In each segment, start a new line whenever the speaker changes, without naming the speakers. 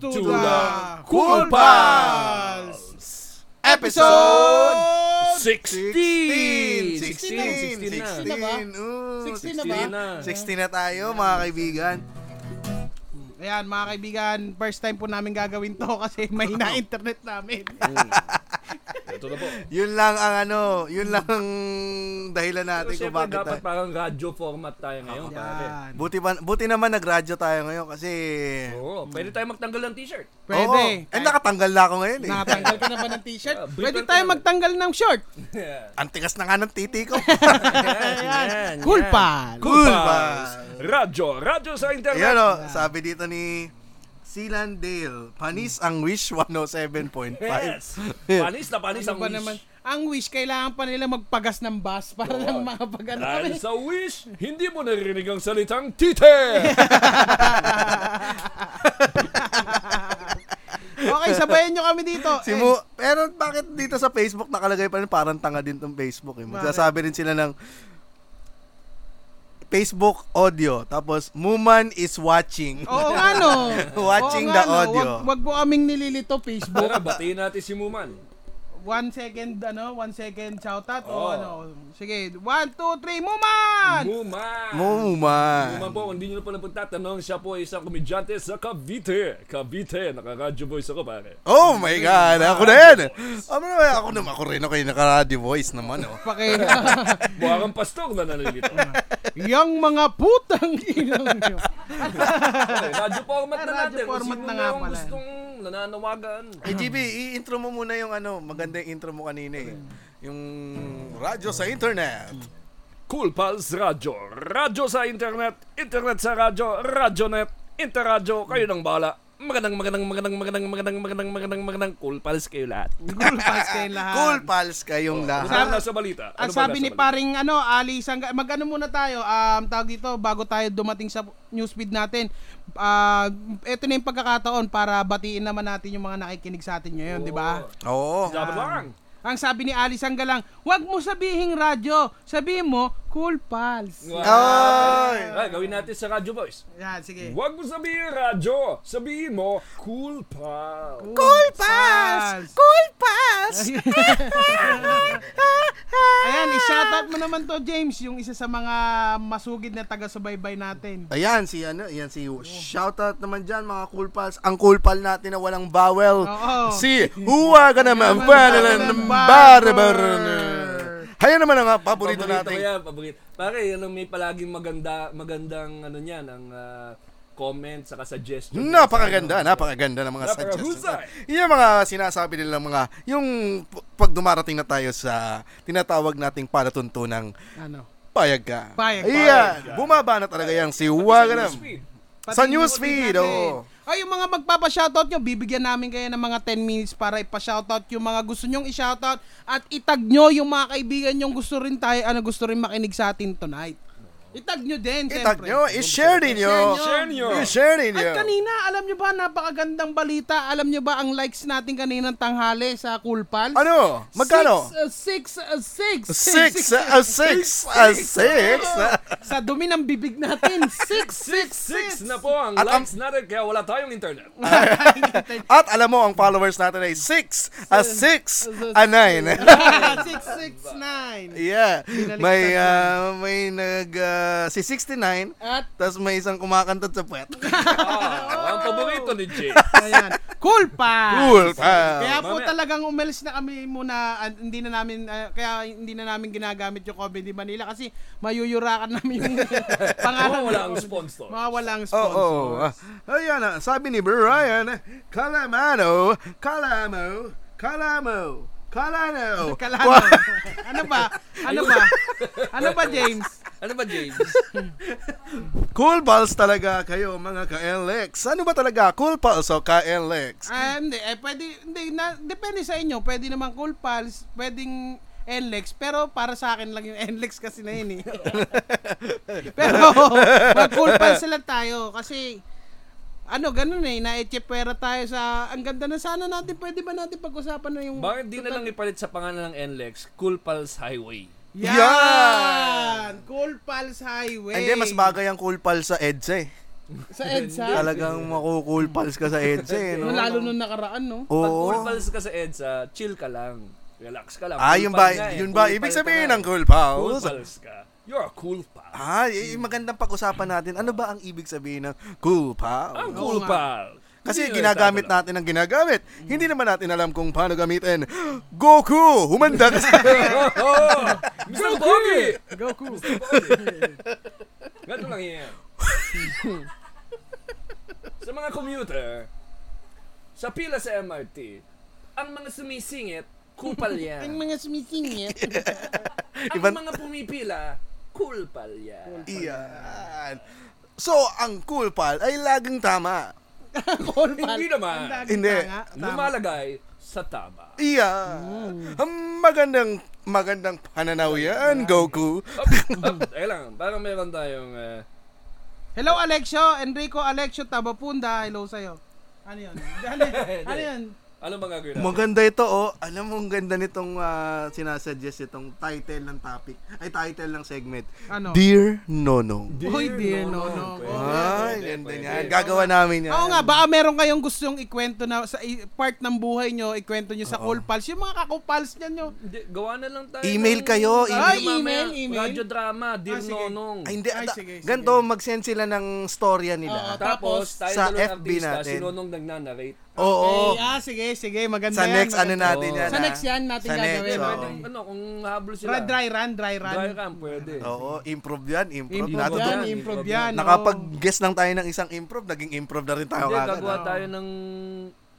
to,
to
the,
the
Cool
Cool
Pals!
Episode
16!
16!
16 na.
diba?
16!
na ba?
16
16 na ba?
16 na.
16 na tayo mga kaibigan.
Ayan, mga kaibigan, first time po namin gagawin to kasi may na internet namin.
Ito na po.
Yun lang ang ano, yun lang ang dahilan
Pero
natin kung
Oh, syempre,
bakit
dapat
tayo.
parang radio format tayo
Ah,
ngayon. pare.
Ayan.
Buti, pa, buti naman nag-radyo tayo ngayon kasi...
Oo, pwede tayo magtanggal ng t-shirt.
Pwede.
Oo. Eh, nakatanggal na ako ngayon eh.
Nakatanggal ka na ba ng t-shirt?
Ah,
Pwede
briefan ka
tayo
na ba?
magtanggal ng short.
ang tigas na nga ng titi ko.
Ayan,
Cool oh.
yan.
pal.
Cool
Cool
Pals.
Pals.
Radyo, radyo sa
Ayan
internet.
o, oh, sabi dito ni Silan Dale, panis ang wish 107.5.
Yes. Panis na panis
Ano
ang
ba
wish.
naman? Ang wish, kailangan pa nila magpagas ng bus para lang makapag ano
Dahil
kami.
sa wish, hindi mo narinig ang salitang tite.
Okay, sabayan nyo kami dito.
Si Mo, pero bakit dito sa Facebook nakalagay pa rin parang tanga din tong Facebook eh. Magsasabi rin sila ng Facebook audio tapos Muman is watching.
Eh, oo nga no.
Watching
Oo
the
nga, no.
audio.
Wag, wag po kaming nililito Facebook.
Tara, batiin natin si Muman.
One second, ano? One second shoutout.
Oo.
O ano? Sige. One, two, three, Muman!
Muman! Muman
Muman.
po, kung hindi nyo na pala pagtatanong, siya po ay isang komedyante sa Cavite. Cavite, naka-radio voice ako pare.
Oh my god, ako na yan. Ako naman, ako naman, ako rin ako yung naka-radio voice naman oh.
Paki...
Mukha kang pastor na nalilito.
Yang mga putang inang nyo.
Okay, radio format na
Radyo
natin. Kung
format
sino
na nga
yung
pala.
gustong nananawagan.
Eh GB, i-intro mo muna yung ano, maganda yung intro mo kanina eh. Yung radyo sa internet.
Cool Pals Radio. Radio sa internet. Internet sa radio. Radyonet. Interradyo. Kayo nang bahala. Magandang, magandang, magandang, magandang, magandang, magandang, magandang, magandang. Cool Pals kayo lahat.
Cool pals kayo lahat.
Cool pals kayong lahat.
Ano ba nasa balita?
Ang
Ano
Ah.
ba
sabi
nasa
ni
balita?
paring ano, Ali Sangga, magano muna tayo, um, tawag dito, bago tayo dumating sa newsfeed natin. ah ito na yung pagkakataon para batiin naman natin yung mga nakikinig sa atin ngayon, di ba?
Oo.
Dapat lang.
Ang sabi ni Ali Sangga lang, huwag mo sabihing radyo, sabihin mo, cool pals.
Ay!
Ay, gawin natin sa Radio Boys.
Yan, sige.
Huwag mo sabihin radyo. Sabihin mo, cool pal.
Cool pals!
Cool pals.
Ayan, i-shoutout mo naman to, James, yung isa sa mga masugid na taga-subaybay natin.
Ayan si ano, ayan si shoutout naman diyan mga cool pals. Ang cool pal natin na walang bawel.
Oo.
Si Huwa ka naman Hayan naman ang
ko
paborito natin.
yan, paborito. Pare, yan ang may palaging maganda, magandang ano niyan, ang ah, comment saka suggestion.
Napakaganda, napakaganda ng mga suggestions.
Napakahusay.
Yung mga sinasabi nila mga, yung p- pag dumarating na tayo sa tinatawag nating palatuntunang
Ano?
payag ka.
Payag ka.
Ayan, bumaba na talaga yung si Huwa ka naman.
Speed.
Sa oh.
yung
newsfeed,
natin.
oo.
Ay, yung mga magpapa-shoutout nyo, bibigyan namin kayo ng mga 10 minutes para ipa-shoutout yung mga gusto nyong i-shoutout at itag nyo yung mga kaibigan nyong gusto rin tayo, ano gusto rin makinig sa atin tonight. Itag nyo din,
Itag
syempre.
nyo, eh. i-share ninyo.
Share nyo.
I-share ninyo.
At kanina, alam nyo ba, napakagandang balita. Alam nyo ba ang likes natin kaninang tanghali sa Cool Pals?
Ano? Magkano?
Six, uh, six, uh, six.
Six, a six, a six.
sa dumi ng bibig natin. Six, six, six.
6 na po ang
At ang-
likes natin kaya wala tayong internet.
At alam mo, ang followers natin ay six, a six, a nine.
six, six, nine.
Yeah. May, ah, may nag, ah, si 69,
At
tapos may isang kumakantot sa puwet.
Ah, ang paborito ni Jay.
Ayan. Cool pa.
Cool pa.
Kaya po
Mamaya.
talagang umalis na kami muna ah, hindi na namin ah, kaya hindi na namin ginagamit yung Comedy Manila kasi mayuyurakan namin yung pangalan.
Wala ang
ng-
sponsor.
Mga walang
Oo.
sponsor.
Oh, oh. ayan na, sabi ni Brian, Calamano, Calamo, Calamo, Calano.
Kalano. ano ba? Ano ba? Ano ba, James?
Ano ba, James?
Cool balls talaga kayo mga ka-LX. Ano ba talaga? Cool balls o ka-LX?
Ah, hindi. Eh, pwede, hindi, na, depende sa inyo. Pwede naman Cool Pals, pwedeng NLEX, pero para sa akin lang yung NLEX kasi na yun eh. pero, mag-Cool Pals na lang tayo kasi, ano, ganun eh, na-echepera tayo sa, ang ganda na sana natin, pwede ba natin pag-usapan na yung...
Bakit di na lang ipalit sa pangalan ng NLEX, Cool Pals Highway?
Yan!
Yan!
Cool Pals Highway!
Ah,
Hindi, mas bagay ang cool pal sa EDSA eh.
Sa EDSA.
Ah.
Talagang makukul pals ka sa EDSA eh, no?
No, lalo nung nakaraan, no?
Oh.
Pag cool
Oo.
pals ka sa EDSA, chill ka lang. Relax ka lang.
Ah,
Cool
yun
pal
ba,
nga eh.
yun ba,
Cool
ibig
pal ka
sabihin
nga
ng
eh.
cool
cool
pals?
pals ka. You're a cool pal.
Ah, y- yung magandang pag-usapan natin. Ano ba ang ibig sabihin ng cool pals?
Ang cool
nga.
pal.
Kasi
Hindi Hmm.
ginagamit
nagtatalo.
natin ang ginagamit. Hindi naman natin alam kung paano gamitin. Goku, humanda ka sa...
Oo! Mr. Oh, Bobby!
Goku.
Ganito lang yan. sa mga commuter, sa pila sa MRT, ang mga sumisingit, kupal
Ang
yan.
mga eh. sumisingit.
ang
Iba-
mga pumipila, kulpal yan.
Iyan. So, ang cool pal ay laging tama.
Call pal.
Hindi naman.
Hindi.
Lumalagay sa tama.
Iyan. Ang magandang, magandang pananaw yan, Goku.
Up, up. Teka lang, parang meron tayong... eh,
Hello, Alexio. Enrico Alexio Tabapunda. Hello sa'yo. Ano yun? Ano yun? Ano yun?
ano bang gagawin natin?
Maganda ito, oh. Alam mo, ang ganda nitong ah, sinasuggest itong title ng topic. Ay, title ng segment.
Ano?
Dear Nono.
Uy, dear, no, no.
Pwede,
Ay,
pwede,
ganda
pwede.
niyan. Gagawa namin yan.
Oo nga, baka meron kayong gustong ikwento na sa i- part ng buhay nyo, ikwento nyo sa call pals. Yung mga kakupals niyan nyo.
Hindi, gawa na lang tayo.
Email
ng-
kayo, email.
Ay,
Ah, email, email.
Radyo drama, Dear
Ah, sige.
Nonong.
Ay, hindi.
Ay,
Ay,
sige, sige.
ganto, mag-send sila ng storya
Oo,
nila.
Tapos, tayo sa
Sa
dalawang
FB
artista,
natin.
si Nonong nagnanarrate.
Eh,
Oo.
ah, sige, sige. Maganda
Sa
yan,
next, ano
maganda.
natin
Oo.
yan.
Sa
ah.
next yan natin
Sa
gagawin.
next,
Pwede,
oo.
pwedeng, ano, kung habol sila.
Dry, Eh, dry run, dry run.
Dry run, pwede.
Oo, improve yan. Improve.
Improve yan,
Natuto-
oh.
Natutunan.
improve yan. oo.
Nakapag-guess lang tayo ng isang improve, naging improve na rin tayo
Hindi,
kagad.
gagawa
ah.
tayo ng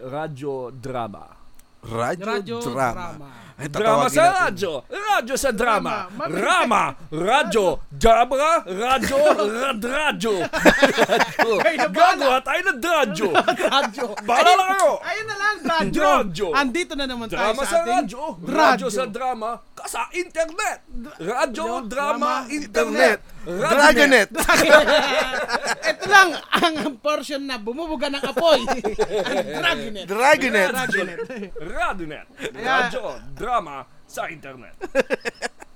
radyo drama.
Radyo,
Radyo
drama.
drama.
Ay,
Drama
tatawagin
sa
natin.
radyo! Radyo sa
Drama.
drama!
Mabilis.
Rama! Radyo! Jabra! Radyo! Rad radyo! Radyo. Gagawa tayo ng radyo!
Radyo.
Bahala na kayo!
Ayun na lang, radyo.
Radyo.
Andito na naman tayo
Drama sa
sa ating... oh,
radyo! Radyo sa drama! ka- Sa internet! Radyo, drama,
drama,
internet! Radyonet!
Dragonet.
Ito lang ang portion na bumubuga ng apoy. ang Dragonet.
Dragonet.
Radyonet! Radyonet! Radyo, drama, sa internet!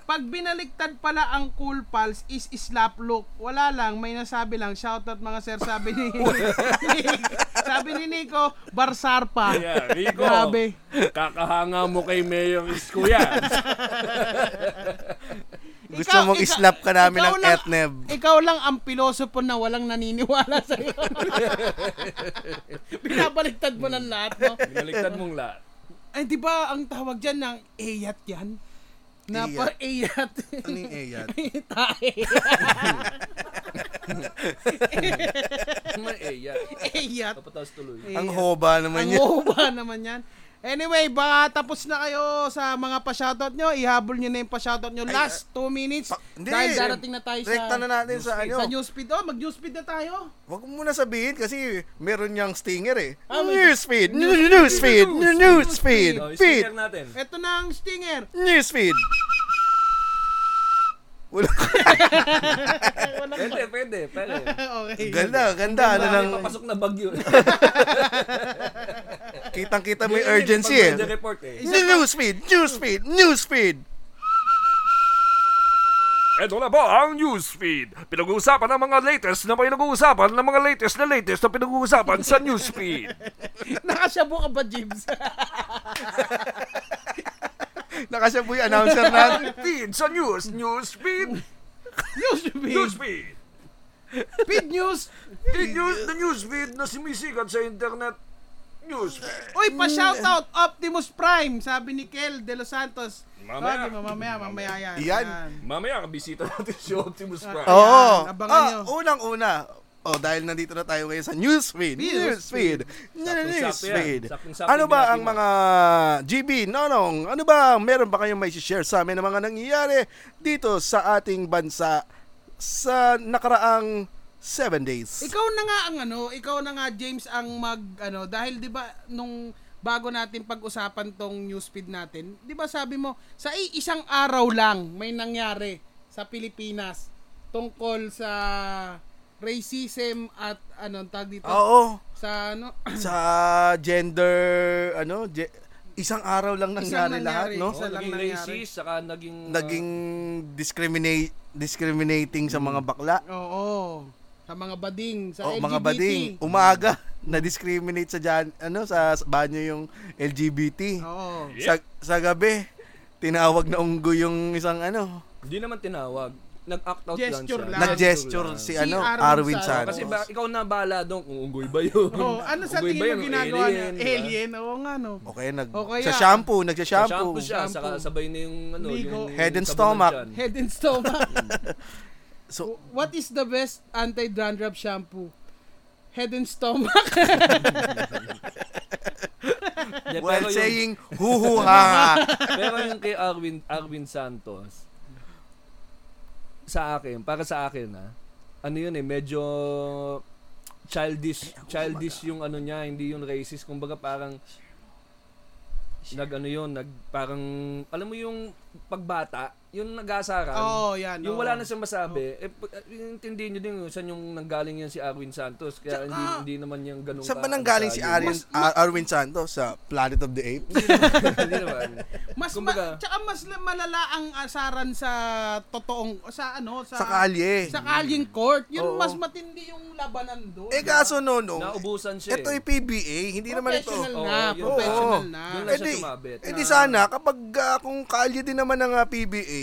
Pag binaliktad pala ang cool pals is slap look. Wala lang, may nasabi lang. Shoutout mga sir, sabi ni... sabi ni Nico, barsar pa.
Yeah, Rico.
Grabe.
Kakahanga mo kay Mayor Isko yan.
Gusto mong islap ka namin
ikaw
ng
lang-
etneb.
Ikaw lang ang pilosopo na walang naniniwala sa iyo. Pinabaliktad mo ng lahat, no?
Baliktad mong lahat.
Ay, di ba ang tawag dyan ng eyat yan? Na
Eyat.
pa eyat.
Ano yung A yan?
Tae.
May eya.
eyat.
Tapos tuloy.
Eyat.
Ang hoba naman
Ang
Ano yun.
hoba naman yan. Anyway, baka tapos na kayo sa mga pa-shoutout nyo. Ihabol nyo na yung pa-shoutout nyo. Last 2 minutes.
ah, Pa- hindi.
dahil darating na tayo
Rekta na
sa,
natin sa ano.
sa newsfeed. Oh, mag-newsfeed na tayo.
Huwag mo muna sabihin kasi meron niyang stinger eh.
Ah, may-
Newsfeed! Newsfeed! Newsfeed!
Oh,
Feed!
sticker natin.
Ito na ang stinger.
Newsfeed! Wala.
Pwede, pwede, pwede.
okay.
Ganda, ganda. Ano
Wala,
lang,
may papasok na bagyo.
kitang-kita mo yung urgency eh.
Pag-weather report eh.
Newsfeed! Newsfeed! Newsfeed!
Ito na po ang newsfeed. Pinag-uusapan ang mga latest na pinag-uusapan ng mga latest na latest na pinag-uusapan sa newsfeed.
Nakasyabu ka ba, James?
Nakasabu yung announcer natin.
Feed sa news. Newsfeed.
newsfeed.
Newsfeed.
Feed news.
The news, the newsfeed na sumisikat sa internet. Newsfeed.
Uy, pa-shoutout Optimus Prime, sabi ni Kel De Los Santos.
Mamaya.
Sige, mamaya, mamaya yan.
Yan.
Mamaya, kabisita natin si Optimus Prime.
Oh.
Oo.
abangan
Ah,
nyo.
unang-una. Oh, dahil nandito na tayo ngayon sa newsfeed. Newsfeed. Newsfeed.
Saktong-sakto yan.
Ano ba ang
Saktong-sakto
mga GB, Nonong? Ano ba? Meron ba kayong may share sa amin ng mga nangyayari dito sa ating bansa sa nakaraang 7 days?
Ikaw na nga ang ano, ikaw na nga James ang mag ano dahil 'di ba nung bago natin pag-usapan tong newsfeed natin, 'di ba sabi mo sa i- isang araw lang may nangyari sa Pilipinas tungkol sa racism at ano tag dito
Oo.
sa ano
Sa gender, ano, ge- isang araw lang
Isang ah,
nangyari lahat,
nangyari.
no?
Isa
Oh,
lang
naging
nangyari.
racist, saka naging... uh,
Naging discriminate discriminating sa mga bakla.
oo Sa mga bading, sa
oh,
LGBT.
mga bading, umaga na-discriminate sa dyan, ano sa, sa banyo yung LGBT.
Oo.
Sa, sa gabi, tinawag na unggo yung isang ano,
Hindi naman tinawag. Nag-act out
Gesture
lang siya.
lang.
nag-gesture si,
Si
ano,
Arwin
Arwin
Sano.
Sano.
Kasi ba, ikaw na bahala doon kung unggoy ba yun.
Oh, ano sa
Unggoy ba
tingin
yun?
mo ginagawa
di
niya?
ba?
Alien, oo nga no.
o kaya nag,
O kaya-
sa shampoo,
Sa
nagsha-shampoo.
Shampoo siya,
Shampoo.
saka sabay na yung ano,
Ligo.
yung
Head and
tabunan
stomach.
dyan.
Head and stomach.
So,
What is the best anti-dandruff shampoo? Head and stomach.
Yeah,
while
pero yung-
saying huhuha.
Pero yung kay Arwin, Arwin Santos, sa akin, para sa akin ha, ano yun eh, medyo
oh
childish, childish yung ano niya, hindi yung racist. Kumbaga parang, nag ano yun, nag parang, alam mo yung pagbata, yung nag-aasaran,
Oo, yan.
yung
oo.
wala na siyang masabi,
Oh.
eh, p- eh, intindihin nyo din kung saan yung nanggaling yan si Arwin Santos. Kaya hindi, hindi naman yung ganun
Saan
ka-
ba nanggaling si
ano
Arwin,
tayo.
Ar- Arwin Santos sa Planet of the Apes?
hindi naman.
Mas ma-
Kumbaga-
tsaka mas la- malala ang asaran sa totoong sa ano sa
sa kalye.
sa kalyeng court. Yun
Oo.
mas matindi yung labanan doon.
Eh kaso no, no.
Naubusan siya.
Ito
eh.
ay PBA, hindi naman ito.
Professional
Oo,
na,
yun.
professional
Oo.
na.
Yun lang
Eh
siya
di-
sumabit.
eh di sana, kapag ah, kung kalye din naman ng ah, PBA,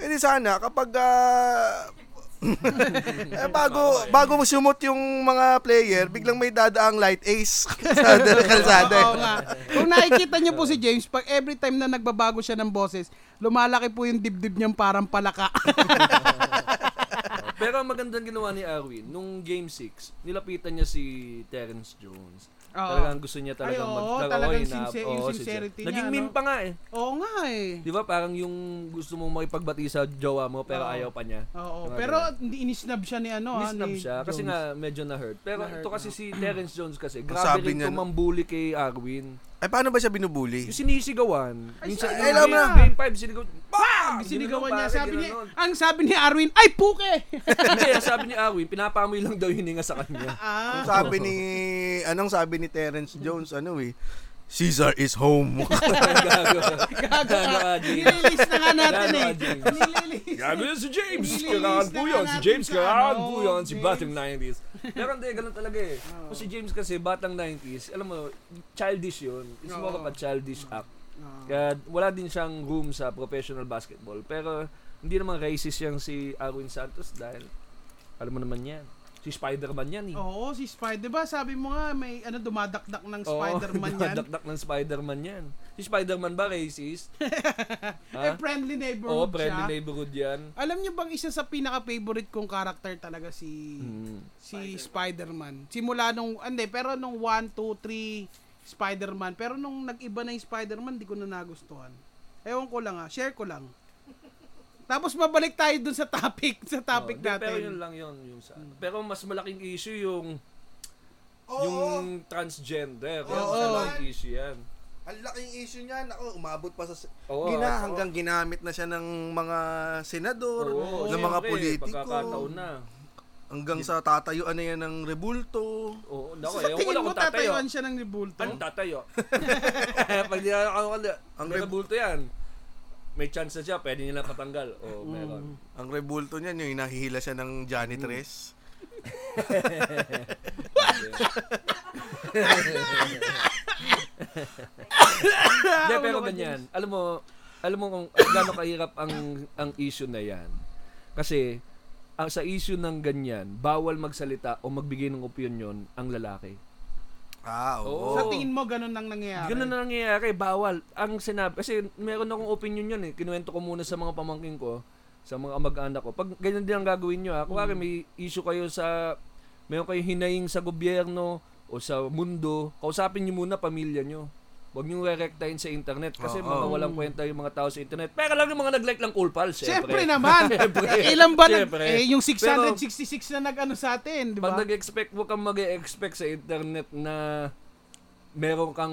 eh di sana, kapag ah, eh, bago bago mo sumot yung mga player, biglang may dadaang light ace sa kalsada. eh.
Oo nga. Kung nakikita niyo po si James, pag every time na nagbabago siya ng boses, lumalaki po yung dibdib niyang parang palaka.
Ah, oh. Pero ang magandang ginawa ni Arwin, nung game 6, nilapitan niya si Terence Jones.
Oo.
Talagang gusto niya
Ay,
talagang
oo,
mag-
talagang
na-
sincer-
oo,
yung
sincer-
sincerity niya,
Naging meme
no?
pa nga eh.
Oo nga eh.
Di ba parang yung gusto mo makipagbati sa jowa mo pero
Oo.
ayaw pa niya.
Oo,
Diba,
pero hindi inisnab siya ni ano, ah,
Nisnab
ni
siya kasi
Jones.
nga medyo na-hurt. Pero
Na-hurt,
ito kasi si Terence Jones kasi,
sabi
grabe rin
niya-
tumambuli kay Arwin.
Eh paano ba siya binubuli?
Yung sinisigawan. Yung sa- yung
ay, alam
game-
na.
Game 5, sinigaw. Bang!
sinigawan
Ganun,
niya,
pare,
sabi niya,
ganun.
ang sabi ni Arwin, ay puke!
Hindi, ang sabi ni Arwin, pinapamoy lang daw yung hininga sa kanya.
ah,
Ang sabi ni anong sabi ni Terence Jones ano eh? Caesar is home.
Gago.
gago
Gago ka,
ka.
James.
Nililis na nga natin
Gago
eh.
ka, James.
Nililis.
Gago yun si James!
Nililis
Kailangan
na
po
nga
yun. Si
natin
James,
sa
kailangan
ano,
po yun. Si
James.
batang 90s. Pero hindi, ganun talaga eh. Kung si James kasi batang 90s, alam mo, childish yun. It's more
Oo.
of a childish act.
Oo.
Kaya wala din siyang room sa professional basketball. Pero hindi naman racist yung si Arwin Santos dahil alam mo naman yan. Si Spider-Man yan eh.
Oo, si Spider. Diba sabi mo nga may ano dumadakdak ng Spider-Man
Oo,
yan.
Dakdak ng Spider-Man yan. Si Spider-Man ba racist?
Eh,
ha?
friendly
Oo,
neighborhood
friendly
siya.
neighborhood yan.
Alam niyo bang isa sa pinaka-favorite kong character talaga si
Mm.
si Spider-Man. Simula nung, ah, hindi, pero nung 1, 2, 3 Spider-Man. Pero nung nag-iba na yung Spider-Man, di ko na nagustuhan. Ewan ko lang ah, share ko lang. Tapos mabalik tayo dun sa topic, sa topic
Oo, Oh, di,
natin. Mm.
Pero yun lang yun. Yung sa, ano. Pero mas malaking issue yung yung transgender. Yan,
Oo.
Mas malaking issue yan.
Ang laking issue niyan. Ako, umabot pa sa...
Oo,
gina,
oo.
hanggang ginamit na siya ng mga senador,
Oo,
ng mga
siyempre,
politiko.
Pagkakataon na.
Hanggang sa tatayuan na yan ng rebulto.
Oo,
Sa
nako, ewan ko
tingin
lang
mo
kung oh. tatayo.
tatayuan siya ng rebulto?
Ano tatayo? Pag di na ako kala,
Ang
may
rib-
bulto yan. May chance na siya, pwede nila patanggal. Oo, meron.
Ang rebulto niyan, yung nahihila siya ng janitress.
Hindi,
Ulo
pero
ka,
ganyan. Alam mo, alam mo kung gaano kahirap ang ang issue na 'yan. Kasi ang sa issue ng ganyan, bawal magsalita o magbigay ng opinion ang lalaki. Hmm.
Ah, oo.
Sa
Oo.
tingin mo, ganun lang nangyayari.
Oh. Ganun na nangyayari, bawal. Ang sinabi, kasi meron akong opinion yun eh. Kinuwento ko muna sa mga pamangkin ko, sa mga mag-anak ko. Pag ganyan din ang gagawin nyo ha, kuwari
Mm.
may issue kayo sa, meron kayong hinahing sa gobyerno o sa mundo, kausapin nyo muna pamilya nyo. Huwag nyo rerektahin sa internet kasi
Oo.
mga walang kwenta yung mga tao sa internet. Pero lang yung mga nag-like lang cool pals,
Siyempre
syempre.
naman.
Siyempre.
Ilan ba nag,
Siyempre.
eh, yung 666 na nag-ano sa atin, di ba?
Pag nag-expect, huwag kang mag expect sa internet na meron kang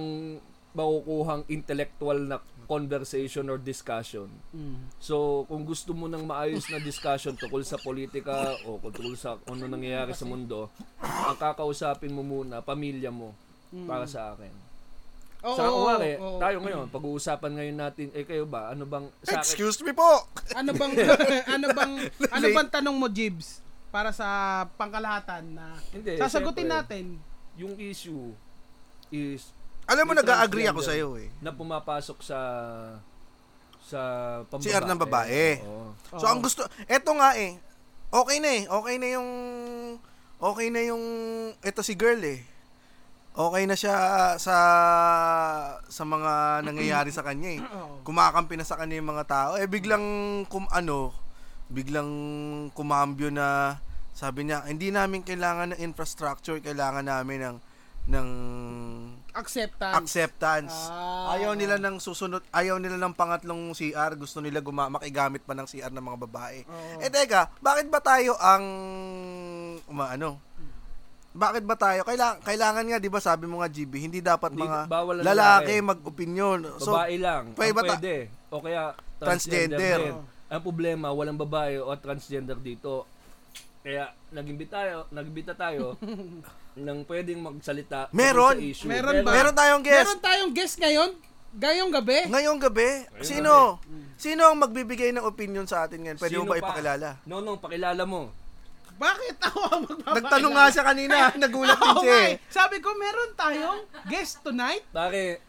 makukuhang intellectual na conversation or discussion.
Mm.
So, kung gusto mo ng maayos na discussion tungkol sa politika o tungkol sa kung ano nangyayari sa mundo, ang kakausapin mo muna, pamilya mo,
Hmm.
para sa akin.
Oo,
sa
oo,
kumari,
oo.
tayo ngayon, pag-uusapan ngayon natin, eh kayo ba, ano bang, sa akin,
Excuse me po!
Ano bang ano bang ano bang tanong mo, Jibs? para sa pangkalahatan na
Eh,
Hindi,
sasagutin
syempre.
natin.
Yung issue is
Alam mo,
Yung
nag-agree ako
transgender.
sa'yo eh.
na pumapasok sa sa pambabae.
CR ng babae.
Oo.
So, ang gusto, eto nga eh, okay na eh, okay na yung, okay na yung, eto si girl eh. Okay na siya sa sa mga nangyayari sa kanya eh.
Oo.
Kumakampi na sa kanya yung mga tao. Eh biglang kum ano, biglang kumambyo na sabi niya, hindi namin kailangan ng infrastructure, kailangan namin ng ng
acceptance.
acceptance.
Ah.
Ayaw nila ng susunod, ayaw nila ng pangatlong CR, gusto nila guma- makigamit pa ng CR ng mga babae.
Oo.
Eh teka, bakit ba tayo ang umaano? Bakit ba tayo? Kailangan, kailangan nga, di ba sabi mo nga, GB, hindi dapat
Hindi-
mga
bawal ang
lalaki,
lalaki.
mag-opinion. So,
babae lang.
pwede
Ang
ba ta-
pwede. O kaya transgender.
Transgender.
din. Ang problema, walang babae o transgender dito. Kaya nagimbita tayo, nagimbita tayo ng pwedeng magsalita tungkol
Meron.
sa issue.
Meron ba?
meron tayong guest.
Meron tayong guest ngayon, ngayong gabi.
Ngayong gabi, sino? Sino ang magbibigay ng opinion sa atin ngayon? Pwede
Sino
mo ba
pa?
ipakilala?
No, no, pakilala mo.
Bakit ako ang magpapakilala?
Nagtanong nga siya kanina, nagulat din
Oo
siya
nga
eh.
eh. Sabi ko, meron tayong guest tonight.
Pare,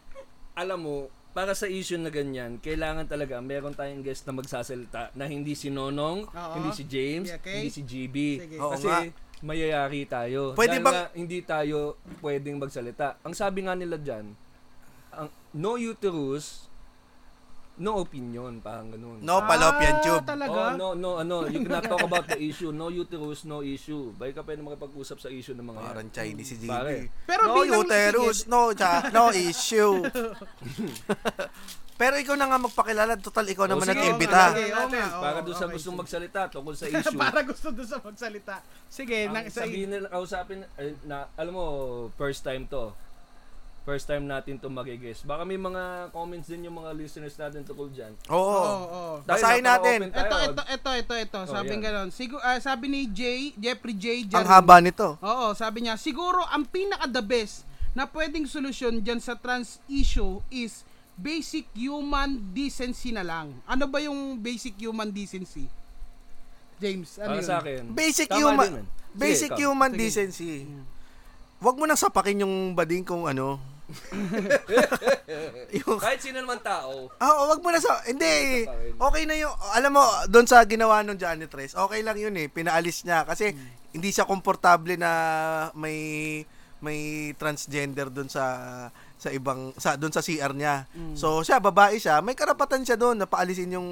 alam mo, para sa issue na ganyan, kailangan talaga meron tayong guest na magsasalita na hindi si Nonong,
Oo.
hindi si James,
Yeah, okay.
hindi si GB.
Sige.
Oo
Kasi
nga.
mayayari tayo.
Pwede
Dahil
bang-
nga hindi tayo pwedeng magsalita. Ang sabi nga nila dyan, ang, no uterus, no opinion, parang ganun.
No, fallopian
Ah,
tube.
Talaga?
Oh, no, no, ano, you cannot talk about the issue. No uterus, no issue. Bakit ka pwede makipag-usap sa issue ng mga yan?
Parang Chinese si
Pare.
JB.
Pero
no
bilang-
uterus, no, cha, no issue. Pero ikaw na nga magpakilala, total ikaw naman
Oh, sige,
oo
nag-imbita.
nga, oo nga, oo,
Para doon sa
okay,
gustong
sige.
magsalita tungkol sa issue.
Para gusto doon sa magsalita. Sige,
ang
nang isa
sabihin nila, kausapin, eh, na, alam mo, first time to. First time natin to magigis. Baka may mga comments din yung mga listeners natin tungkol dyan. oh,
Oo.
Oo, oo.
Dahil
Basahin natin.
napaka-open tayo.
Ito, ito, ito, ito, ito.
Oh,
sabi
yan.
ganon. Sigur, ah, sabi ni Jay, Jeffrey J.
Ang
oh.
Jarin.
haba nito.
Oo, sabi niya, siguro ang pinaka the best na pwedeng solusyon dyan sa trans issue is basic human decency na lang. Ano ba yung basic human decency? James, ano
Para
yun?
sa akin.
Basic
tama
human
din yun. Sige, Mm.
basic
ikaw.
human decency. Huwag mo nang sapakin yung bading kung ano. yung
Kahit sino naman tao,
Oo, Ah, oh, wag mo na sa... Hindi,
Sapakin.
okay na yung... Alam mo, doon sa ginawa ng janitress, okay lang yun eh. Pinaalis niya kasi
Hmm.
hindi siya komportable na may may transgender doon sa sa ibang sa doon sa CR niya.
Hmm.
So siya babae siya, may karapatan siya doon na paalisin yung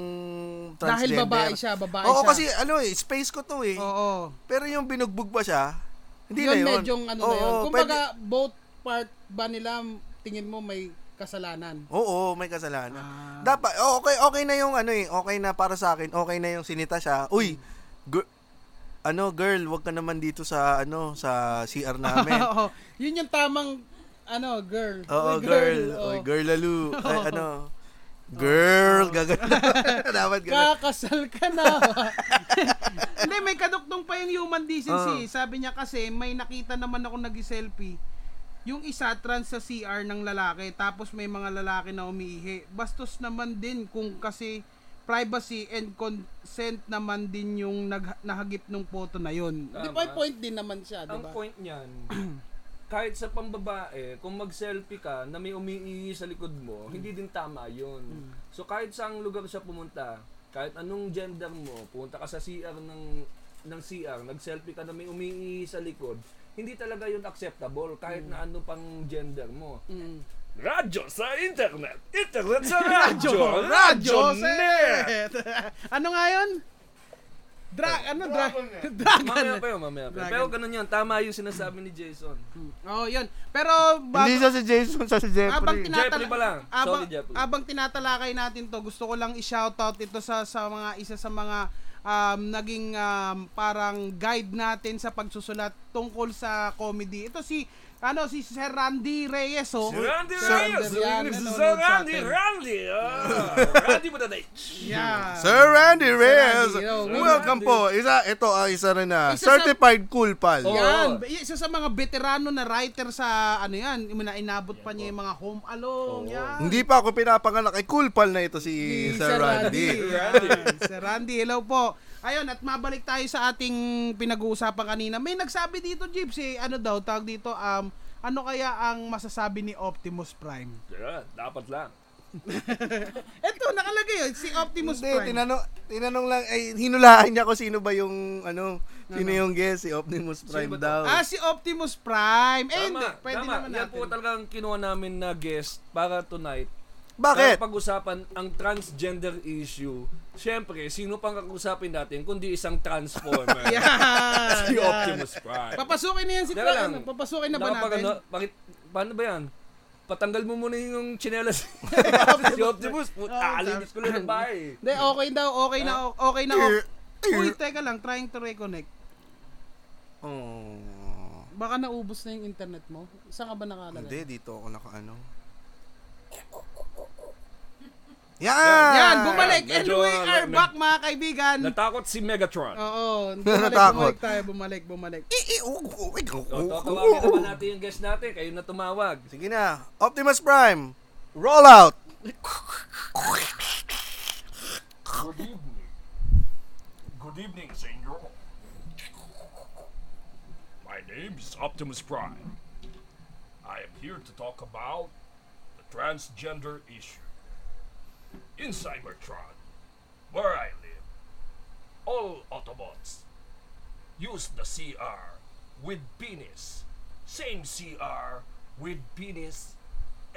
transgender.
Dahil babae siya, babae
Oo
siya.
kasi ano eh, space ko to eh.
Oo.
Pero yung binugbog ba siya? Hindi
yun,
na yun.
medyong ano na
Oo,
yun.
oo,
Kung baga, both part ba nila tingin mo may kasalanan?
Oo, may kasalanan.
Ah.
Dapat oh, okay okay na yung ano eh, okay na para sa akin, okay na yung sinita siya. Uy,
Hmm.
gir- ano girl, wag ka naman dito sa ano sa CR namin.
Oo. Yun yung tamang ano, girl. oh.
Oo,
Uy,
girl.
oo.
Uy, girl lalo. Ay, ano? Girl,
Oh.
gagano. Dapat ganun.
Kakasal ka na. Hindi, may kaduktong pa yung human decency. Sabi niya kasi, may nakita naman ako nag-selfie. Yung isa trans sa CR ng lalaki, tapos may mga lalaki na umiihi. Bastos naman din kung kasi privacy and consent naman din yung nag- nahagip ng photo na yun. Di ba
Tama.
point din naman siya, di
ang
ba?
point niyan, kahit sa pambabae, kung mag-selfie ka na may umiihi sa likod mo, hindi din tama yun. So kahit saang lugar siya pumunta, kahit anong gender mo, punta ka sa CR ng ng CR, nag-selfie ka na may umiihi sa likod, hindi talaga yun acceptable kahit na ano pang gender mo.
Mm.
Radyo sa internet! Internet sa radyo!
Joseph! ano nga yun? Dra- ano? Dra- dragon.
Mamaya pa yun, mamaya pa yun. Pero ganun yun, tama yung sinasabi ni Jason.
Oh, yun. Pero bago, Ah,
Hindi siya si Jason, siya si
abang
Jeffrey.
tinatala-
Jeffrey pala. Sorry,
Abang,
Jeffrey.
abang tinatalakay natin 'to, gusto ko lang i-shoutout ito sa sa mga isa sa mga um, naging um, parang guide natin sa pagsusulat tungkol sa comedy. Ito si ano si Sir Randy Reyes oh.
Randy
Sir Randy yan,
Reyes! Si
oh,
nanonood
Sir
sa
Randy!
atin.
Randy! ah.
Randy Bataday.
Yeah.
Sir Randy Reyes,
Randy, no, we
welcome po. Isa, ito, ah, isa rin na.
Isa sa- Oh.
Certified cool pal.
Oo.
Yan, Ba- isa sa mga veterano na writer sa ano yan, yung na inabot pa niya yung mga home alone. Yan.
Hindi pa ako pinapanganak. Ay, cool pal na ito si
Si
Sir Randy.
Randy.
Yan, Sir Randy, hello po. Ayun, at mabalik tayo sa ating pinag-uusapan kanina. May nagsabi dito, Gypsy, ano daw, tawag dito, um, ano kaya ang masasabi ni Optimus Prime?
Yan, Dapat lang.
Eto, nakalagay yun, si Optimus
Hindi,
Prime.
tinanong, tinanong lang, ay, hinulaan niya kung sino ba yung, ano, sino yung guest, si Optimus Prime
ba to?
daw.
ah, si Optimus Prime. Eh, hindi,
Tama,
pwede
tama.
naman
Yan
natin.
po talagang kinuha namin na guest para tonight.
Bakit?
Para pag-usapan ang transgender issue. Siyempre, sino pang kakusapin natin kundi isang transformer.
Yan,
Si
yan.
Optimus Prime.
Papasukin na yan si
Teka lang.
Prime. Papasukin na ba
Nakapag-
natin?
ano, bakit, paano ba yan? Patanggal mo muna yung chinelas. si Optimus, put,
Oo,
aalinis ko lang ng bahay.
Hindi, okay daw, okay na, okay na.
Eh, eh.
Uy, teka lang, trying to reconnect.
Oh.
Baka naubos na yung internet mo. Saan ka ba nakalagay?
Hindi, dito ako nakaano.
Yan,
Yan!
Yan, bumalik. And
Medyo,
we
uh,
are
med-
back, mga kaibigan.
Natakot si Megatron.
Oo, bumalik,
Natatakot.
bumalik tayo, bumalik, bumalik.
O, tatawagin naman natin yung guest natin. Kayo na tumawag.
Sige na. Optimus Prime. Roll out.
Good evening. Good evening, senor. My name is Optimus Prime. I am here to talk about the transgender issue. In Cybertron, where I live, all Autobots use the CR with penis. Same CR with penis.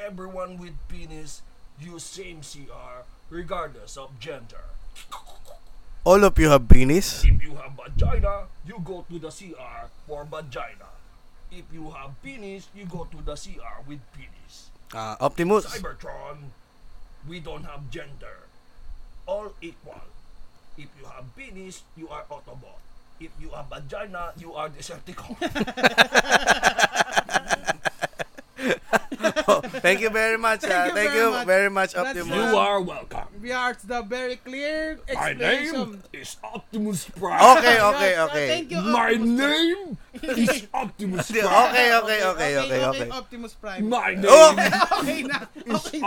Everyone with penis use same CR regardless of gender.
All of you have penis?
If you have vagina, you go to the CR for vagina. If you have penis, you go to the CR with penis.
Ah, Optimus.
Cybertron, we don't have gender. All equal. If you have penis, you are Autobot. If you have vagina, you are Decepticon.
Oh, thank you very much. ah. Thank you very much, Optimus.
you are welcome.
We are the very clear
My name
explanation.
is Optimus Prime.
Okay, okay,
Yes, uh,
okay.
Thank you,
My
Optimus Prime.
name is Optimus
Okay,
Prime.
okay, okay, okay, okay. okay.
Optimus Prime.
My
Oh!
name
okay na, okay
is
na.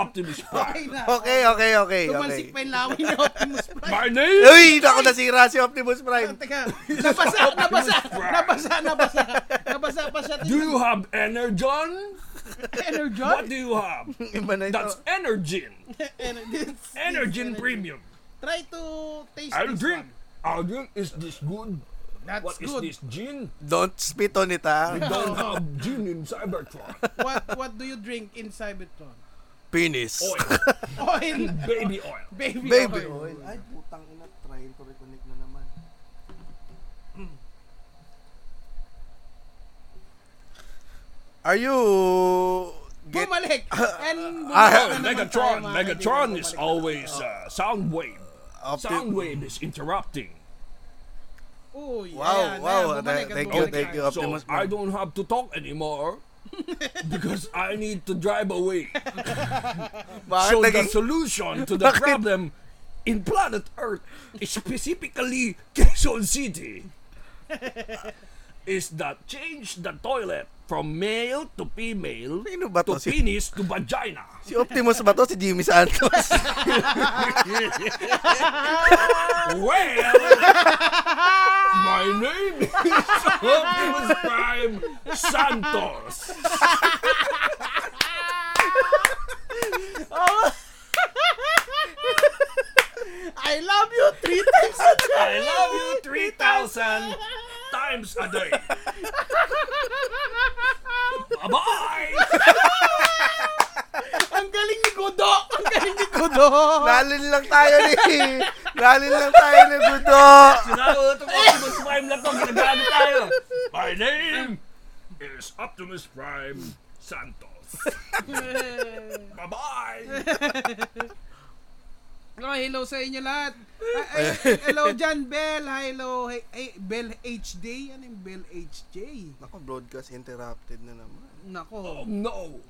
Optimus
Okay
Prime.
na.
Okay, okay, okay, okay.
Tumalsik pa yung lawin ni Optimus Prime.
My name
Uy, ako nasira si Optimus Prime.
Teka, nabasa, nabasa, nabasa, nabasa, nabasa pa siya.
Do you have energon? What
Energon?
do you have?
Iba na ito.
That's energen.
Energon.
Energen premium.
Try to taste
I'll
this
drink.
one.
I'll drink. Is this good?
That's
What is
good.
this gin?
Don't spit on it, ah.
Don't have gin in Cybertron.
What what do you drink in Cybertron?
Penis.
Oil,
Oil.
baby oil.
Baby,
Baby
oil.
oil. Ay, putang ina. Trying to reconnect na naman. Are you... Get...
Bumalik. And
ah,
Oh, Megatron. Megatron is always uh, sound wave.
Oh.
Opti-
Sound wave is interrupting.
Uy,
Wow,
ayan,
wow.
ayan, bumalik at
Thank you,
bumalik
thank you,
tayo.
So
Optimus
I
Prime.
don't have to talk anymore because I need to drive away.
Bakit
So the
naging...
solution to the
Bakit?
problem in planet Earth, specifically Quezon City, is that change the toilet from male to female
Sino ba
to
to? Si,
penis to vagina.
si Optimus ba to? Si Jimmy Santos?
Well, my name is Optimus Prime Santos.
I love you three times a day.
I love you 3,000 times a day. Bye-bye!
Ang galing ni Godo. Ang galing ni Godo.
Nalin lang tayo ni... Nalin lang tayo ni Budo.
Tinawag itong Optimus Prime lang to. Ginagamit tayo. My name is Optimus Prime Santos.
Eh.
Bye-bye!
Oh, hello sa inyo lahat. Ah, ay, hello John Bell. Hello hey, hey, Bell HD. Ano yung Bell HD?
Oh,
Ako, broadcast interrupted na naman.
Nako.
No!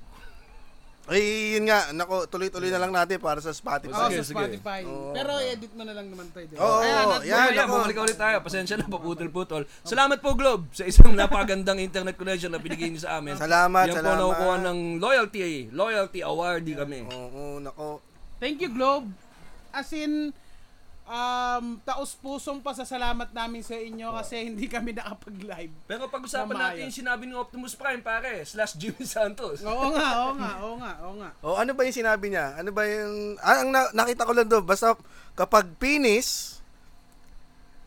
Ay, yun nga. Nako, tuloy-tuloy na lang natin para sa Spotify.
Oo,
Oh,
sa
Sige, sige.
Spotify.
Oo.
Pero edit mo na lang naman tayo.
Oh, Oo, yan,
Ayan,
ako.
bumalik ulit tayo. Pasensya na, paputol-putol. Salamat po, Globe, sa isang napagandang internet connection na binigay niyo sa amin.
Salamat,
Yan po
salamat.
nakukuha ng loyalty. eh. Loyalty awardee kami.
Oo, nako.
Thank you, Globe. As in, um, taos-pusong pasasalamat namin sa inyo kasi hindi kami nakapag-live.
Pero pag-usapan
Mamayos.
natin yung sinabi ni Optimus Prime, pare, slash Jimmy Santos.
Oo nga, oo nga, oo nga, oo nga.
Oh, ano ba yung sinabi niya? Ano ba yung... Ah, ang na- nakita ko lang doon, basta kapag penis,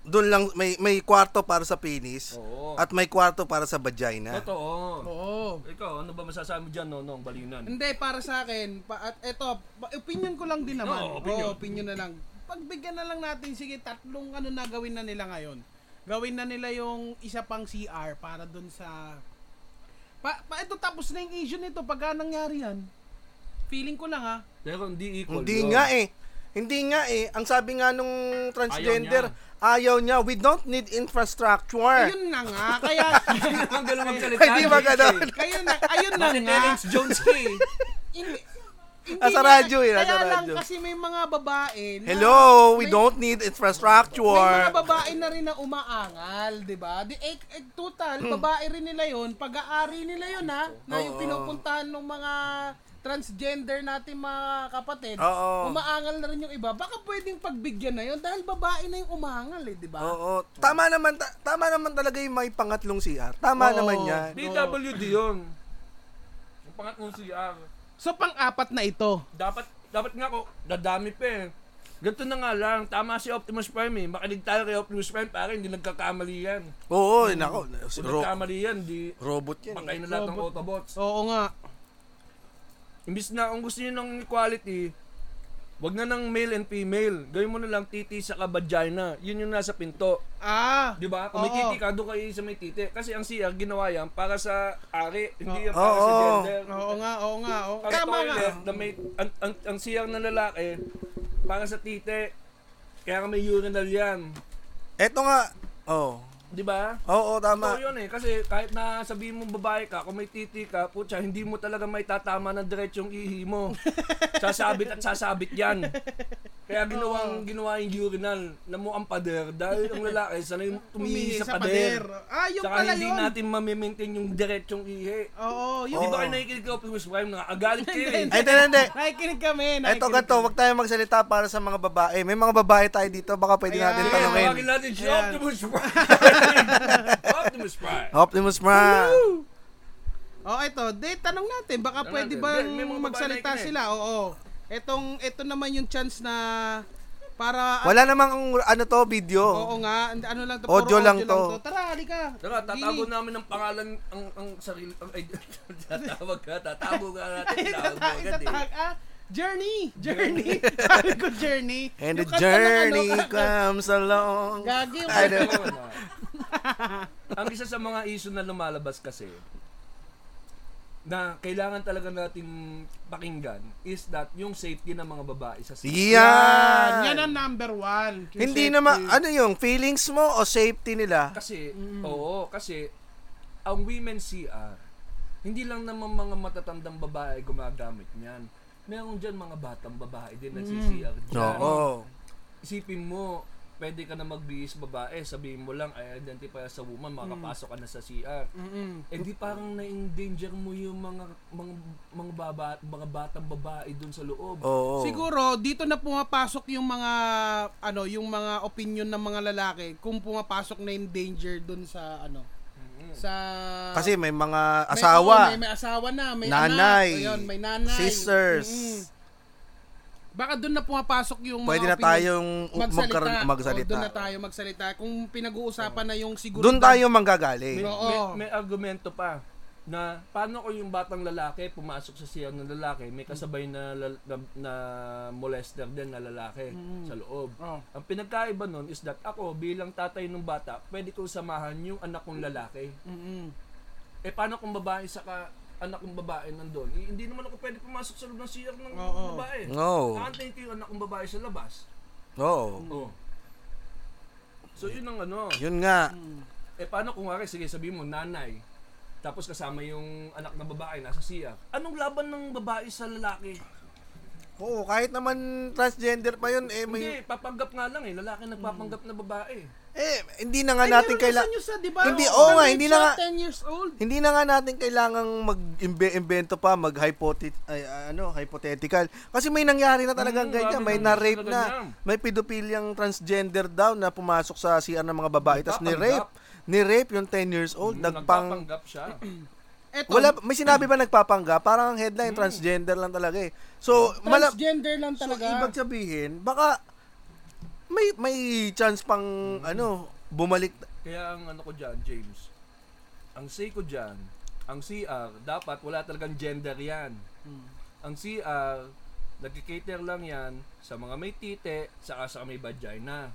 doon lang may may kwarto para sa penis
Oo.
at may kwarto para sa vagina.
Totoo.
Oo.
Ikaw, ano ba masasabi dyan, Nonong Balinan?
Hindi, para sa akin, pa, at eto, pa- opinion ko lang din naman.
Oo, opinion.
Oo, opinion na lang. Pagbigyan na lang natin, sige, tatlong ano na gawin na nila ngayon. Gawin na nila yung isa pang CR para dun sa... Pa, pa ito, tapos na yung issue nito. Pagka nangyari yan, feeling ko lang ha,
Pero hindi equal.
Hindi
yun.
nga eh. Hindi nga eh. Ang sabi nga nung transgender, ayaw niya. We don't need infrastructure.
ayun na nga, kaya...
Ang galang magsalita.
Hindi ba ganun?
kaya na, ayun na
Bakit
nga.
Alex eh. Jones ka eh?
Hindi, hindi
Ah, sa
nga-
radyo eh, ah,
Kaya
sa
lang
radyo.
kasi may mga babae na-
Hello, we
may-
don't need
May
infrastructure.
mga babae na rin na umaangal, di ba? Di, eh, eh, total, babae rin nila yon pag-aari nila yon ha, na yung
Hmm. Oo.
pinupuntahan ng mga transgender natin mga kapatid,
Oo.
umaangal na rin yung iba. Baka pwedeng pagbigyan na yon dahil babae na yung umaangal eh, di ba?
Oo. Tama naman ta- tama naman talaga yung may pangatlong CR. Tama
Oo.
naman 'yan.
DWD yun. Yung pangatlong CR.
So pang-apat na ito.
Dapat, dapat nga ako, dadami pa eh. Ganito na nga lang, tama si Optimus Prime eh. Makinig tayo kay Optimus Prime, pare, hindi nagkakamali yan.
Oo, nako. Si
Kung
ro-
nagkamali yan, di
robot 'yan. eh.
patay na lahat ng Autobots.
Oo nga.
Imbis na kung gusto niyo ng equality, wag na ng male and female. Gawin mo na lang titi sa vagina. Yun yung nasa pinto.
Ah,
Di ba? Kung may
Oo.
titi ka, doon kayo sa may titi. Kasi ang CR, ginawa yan para sa ari, hindi yan
Oo.
para sa
Oo.
gender.
oo nga, oo nga. Oo.
Ang
Tama nga.
toilet, na may, ang, ang, ang CR na lalaki, para sa titi. Kaya nga may urinal yan.
Eto nga. Oo.
Di ba?
Oo, tama.
Totoo yun eh. Kasi kahit na sabihin mong babae ka, kung may titi ka, putya, hindi mo talaga may tatama ng diretsong ihi mo. sasabit at sasabit yan. Kaya ginawang ginawa yung urinal na mo ang pader dahil ang lalaki sanay
Humingi
tumihi sa pader.
Ah, yung
Saka
pala
hindi
yun.
natin mamimaintain yung diretsong ihi.
Oo, yun.
Oh.
Di ba kayo nakikinig ka, Optimus Prime, nakagalit kayo eh.
Ay, hindi, hindi.
Nakikinig kami.
Eto
nakikinig
ganito, wag tayo magsalita para sa mga babae. May mga babae tayo dito, baka pwede
Ayan.
natin
Sige,
tanungin.
tawagin natin si
Ayan.
Optimus Prime. Optimus Prime.
Optimus Prime.
Oh, ito, de tanong natin, baka
Tanong
pwede
natin.
bang
Hindi, may mga babae
magsalita
nakikinig.
sila? Oo. Etong ito naman yung chance na para
Wala namang ano to, video.
Oo nga, and- ano lang to,
Audio
puro
lang to.
Tara, halika.
Tara, tatago
Gini.
namin ang pangalan, ang, ang sarili, ang ay, tatawag ka, tatago ka natin,
Ay,
tatago
tata-
agad eh.
itatag- ah, Journey, journey. Sabi ko journey.
And the
Yung kanta ng ano,
journey Ano
kanta-
comes along.
Gagi yung
Ay,
kanta.
Ayun, ah. ang isa sa mga issue na lumalabas kasi, na kailangan talaga natin pakinggan is that yung safety ng mga babae sa
Yan.
Yan ang number one. Yung
Hindi
safety.
naman, ano yung, feelings mo o safety nila?
Kasi, oo, kasi, ang women CR, hindi lang naman mga matatandang babae gumagamit niyan. Meron dyan mga batang babae din na CCR dyan.
ano,
Oo.
Isipin mo, pwede ka na magbihis babae, sabihin mo lang, I identify as a woman, makapasok ka na sa CR.
Mm-mm.
Eh di parang na-endanger mo yung mga mga mga, baba, mga batang babae doon sa loob.
Oo.
Siguro dito na pumapasok yung mga ano, yung mga opinion ng mga lalaki kung pumapasok na in danger doon sa ano, sa
Kasi may
ah, May-
mga
oo,
asawa,
may, may, asawa na, may
nanay,
anak, ayun, may nanay,
sisters.
Mm-mm. Baka doon na pumapasok yung mga
Pwede na
opinion.
tayong
Oo,
magkaroon
doon na
magsalita.
tayo magsalita kung pinag-uusapan na yung siguro
Doon tayo manggagaling.
Oo.
May, may argumento pa na paano ko yung batang lalaki pumasok sa siyang ng lalaki may kasabay na, lal- na, na molester din na lalaki sa loob.
Oh.
Ang pinagkaiba nun is that ako bilang tatay ng bata, pwede kong samahan yung anak kong lalaki.
Mm-mm.
Eh paano kung babae saka anak kong babae nandun? Eh, hindi naman ako pwede pumasok sa loob ng siyang ng
Oo.
babae.
No.
Nakantay ko yung anak kong babae sa labas.
Oo.
Oo. So yun ang ano.
Yun nga.
Mm.
Eh paano kung nga sige sabihin mo nanay. Tapos kasama yung anak na babae, nasa siya. Anong laban ng babae sa lalaki?
Oo, kahit naman transgender pa yun, eh, may,
Hindi, papanggap nga lang eh. Lalaki nagpapanggap na babae. Ano
eh, hindi na nga
Ay,
natin
meron kasi
kailangan,
nyo sa, di ba?
Hindi, oo nga, hindi na nga-
10 years old.
hindi na nga natin kailangang mag-imbento pa, mag-hypothetical, ano, hypothetical. Kasi may nangyari na talagang
Mm,
ganyan,
grabe
may
na-
na-rape
talaga
na,
yan.
may pedophiliang transgender daw na pumasok sa CR ng mga babae, tapos ni-rape,
Nagpapanggap.
ni-rape yung 10 years old, Oh, nagpang,
Hmm, Nagpapanggap siya.
Eto,
wala, may sinabi ba nagpapangga? Parang ang headline,
Hmm.
transgender lang talaga eh. So, mala,
transgender lang talaga.
So, ibig sabihin, baka may may chance pang
Hmm.
ano, bumalik
Kaya ang ano ko dyan, James, ang say ko dyan, ang CR, dapat wala talagang gender yan. Ang CR, nagkikater lang yan sa mga may tite, saka sa may vagina.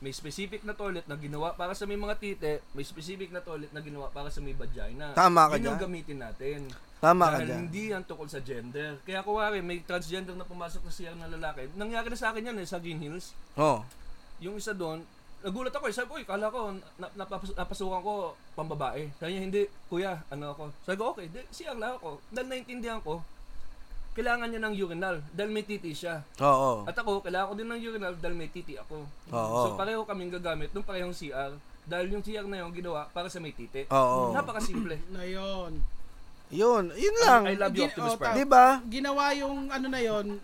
May specific na toilet na ginawa para sa may mga tite, may specific na toilet na ginawa para sa may vagina.
Tama ka
Yun ang
dyan.
gamitin natin.
Tama ka
Dahil
dyan.
hindi yan tungkol sa gender. Kaya kuwari, may transgender na pumasok na CR na lalaki. Nangyari na sa akin yan eh, sa Green Hills
Oh.
yung isa doon, nagulat ako eh. Sabi ko, "Uy, kala ko, na, napapas- napasukan ko pambabae. Sabi niya, hindi, kuya, ano ako. Sabi ko, okay, di, siya lang ako. Dahil naintindihan ko, kailangan niya ng urinal dahil may titi siya.
Oo.
At ako, kailangan ko din ng urinal dahil may titi ako.
Oh. Oo.
So pareho kaming gagamit ng parehong CR dahil yung CR na yun ginawa para sa may titi.
Oo.
Napakasimple.
na yun.
Yun, yun lang.
I love you, Optimus
Oh,
Prime.
'Di ba?
Ginawa yung ano na yun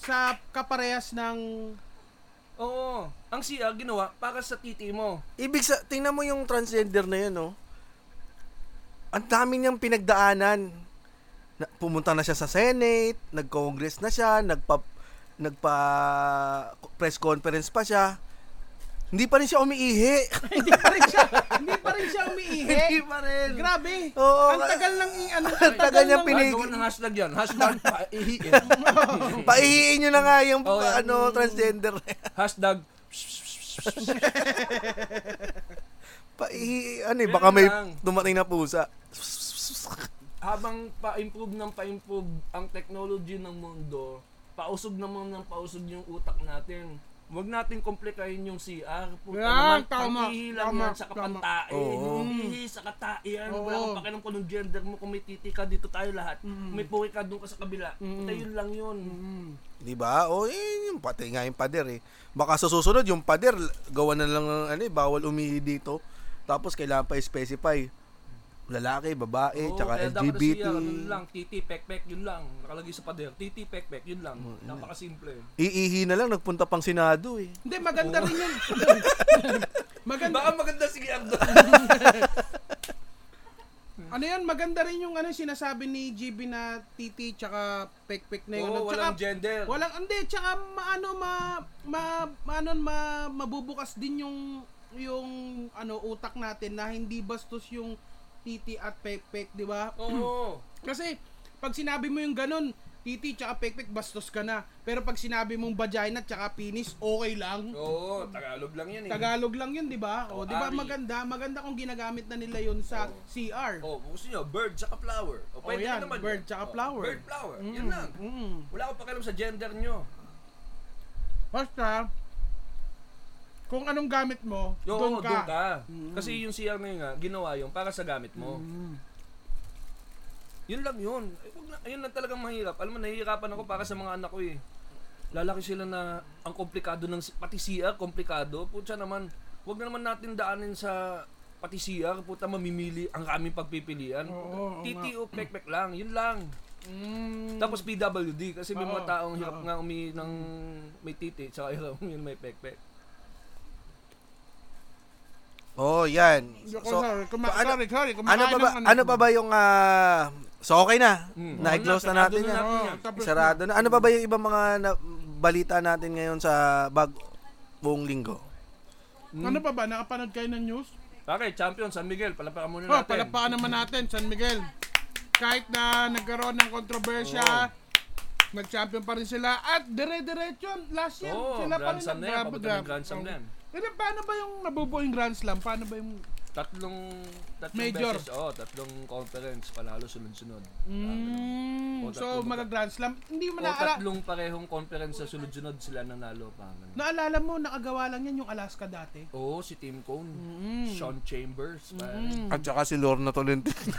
sa kaparehas ng
Oo. Ang CR ginawa para sa titi mo.
Ibig sa tingnan mo yung transgender na yun, no. Ang dami niyang pinagdaanan. Na, pumunta na siya sa Senate, nag-Congress na siya, nagpa nagpa press conference pa siya. Hindi pa rin siya umiihi.
hindi pa rin siya hindi pa rin siya umiihi.
Hindi pa rin.
Grabe.
Oo,
ang
ka-
tagal ng i- ano,
Ang tagal niya
ng-
Pinig-
Gagawa ng hashtag yan. Hashtag paihiin.
Paihiin nyo na nga yung
Oh, yeah.
ano, transgender na yan.
hashtag
Paihi, ano eh,
Yun
baka may
lang.
dumating na pusa.
habang pa-improve ng pa-improve ang technology ng mundo, pausog naman ng pausog yung utak natin. Huwag natin komplikahin yung CR. Puta
Yan,
naman,
tama,
panghihi lang
tama,
yan sa kapantae.
Oo.
Hihi sa kataian. Wala
Oo.
kang pakialam kung anong gender mo. Kung may titi ka, dito tayo lahat. Kung may puri ka, doon ka sa kabila. Puta, yun lang yun.
Di ba? O, eh, yung pati nga yung pader eh. Baka sa susunod, yung pader, gawa na lang, ng ano eh, bawal umihi dito. Tapos kailangan pa specify lalaki, babae,
Oo,
Eh, tsaka
kaya dapat na
LGBT.
CR, ano yun lang, titi, pekpek, yun lang. Nakalagay sa pader, titi, pekpek, yun lang. Napakasimple.
Iihi na lang, nagpunta pang Senado eh.
Hindi maganda rin yun. maganda
Baka maganda si Ardo.
ano yun maganda rin yung ano sinasabi ni GB na titi tsaka pekpek na yun. At ano,
Oo,
tsaka-
walang gender.
Walang hindi tsaka maano ma ma maano ma, mabubukas din yung yung ano utak natin na hindi bastos yung titi at pekpek, di ba?
Oo.
Kasi pag sinabi mo yung ganun, titi tsaka pekpek bastos ka na. Pero pag sinabi mong vagina tsaka penis, okay lang.
Oo, Tagalog lang yan eh.
Tagalog lang yun, di ba? O,
Oh,
di ba
Ari.
maganda? Maganda kung ginagamit na nila yun sa
Oh.
CR.
Oh, kung gusto nyo, bird tsaka flower.
Oh,
O, pwede
yan,
naman.
bird
yun.
tsaka
Oh,
flower.
Bird flower. Yan lang.
Mm.
Wala akong pakialam sa gender nyo.
Basta, kung anong gamit mo,
Yo,
doon ka. Mm.
ano, doon ka. Kasi yung CR na yun nga, ginawa yun para sa gamit mo. Yun lang yun. Eh, wag na, ayun lang talagang mahirap. Alam mo, nahihirapan ako para sa mga anak ko eh. Lalaki sila na ang komplikado ng si- pati CR, komplikado. Putya naman, wag na naman natin daanin sa pati CR, puta mamimili ang kaming pagpipilian.
Oo, oo
Titi o pekpek lang, yun lang.
Mm.
Tapos PWD kasi may
Oo,
mga taong hirap
oo.
nga umi ng may titi tsaka hirap yun may pekpek.
Oh, yan.
So, sorry, Kuma-
ano,
sorry, sorry, kumakain
ano pa ba,
ng
ano pa ba yung, ah, so okay na.
Mm.
Na-close na natin yan.
Oo,
yan?
Ano tapos-
Sarado na. Ano pa ba yung ibang mga na- balita natin ngayon sa bag buong linggo?
Ano pa ba? Nakapanood kayo ng news?
Okay, champion San Miguel, palapakan muna
Oh,
natin.
palapakan naman natin, San Miguel. Kahit na nagkaroon ng
Oh.
kontrobersya, nag-champion pa rin sila. At dire-diretso, last year,
Oo,
sila pa
Oh, Grand
rin
Slam na yan.
naggrab-
Papunta ng
grab.
Grand Slam na yan.
Pero paano ba yung nabubuo yung Grand Slam? Paano ba yung
Tatlong, tatlong
Major.
beses. Oo, tatlong conference. Panalo sunod-sunod.
Mm,
O,
so,
tatlong-
mag-grand slam. Hindi mo
O
naala...
tatlong parehong conference sa sunod-sunod sila nanalo pa. ganun.
Naalala mo, nakagawa lang yan yung Alaska dati.
Oo, si Tim Cone.
Mm-hmm.
Sean Chambers. Mm.
Mm.
At saka si Lorna Tolentino.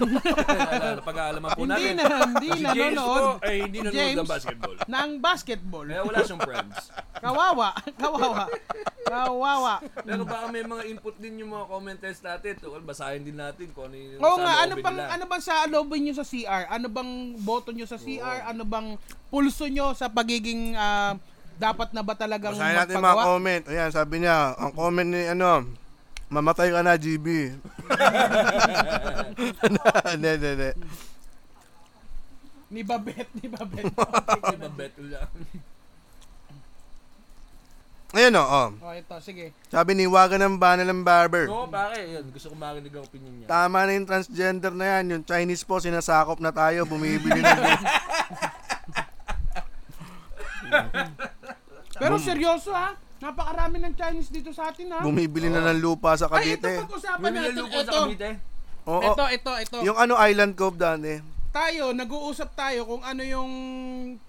Pag-aalaman po
Hindi
natin.
na, hindi
Si
na,
James po,
nanonood.
ay hindi nanonood ng
James.
basketball.
Nang basketball.
Kaya wala siyang friends.
Kawawa, kawawa, kawawa.
Pero baka may mga input din yung mga commenters natin. Tukol, basahin din natin kung ano yung
Oo
sa
nga, ano
loobin
bang
nila.
ano bang sa loobin niyo sa CR? Ano bang boto niyo sa CR? Ano bang pulso niyo sa pagiging ah, dapat na ba talagang
Basahin natin mga
magpagawa?
comment. Ayan, sabi niya, ang comment ni ano, mamatay ka na, GB. Hindi, hindi, hindi.
Ni Babet, ni Babet.
Hindi ba bet lang?
Ayan o, oh,
oh, ito, sige.
sabi ni Waga ng Banal ng Barber.
Oo, pare. Yun, gusto ko marinig ang opinion niya.
Tama na yung transgender na yan. Yung Chinese po, sinasakop na tayo. Bumibili na.
Pero seryoso ha, napakarami ng Chinese dito sa atin ha.
bumibili na ng lupa sa
Ay, ito
Cavite.
pag-usapan
Bumili
natin.
ng lupo sa
Ito,
Cavite.
Oo.
ito, ito, ito.
Yung ano, Island Cove dati.
tayo, nag-uusap tayo kung ano yung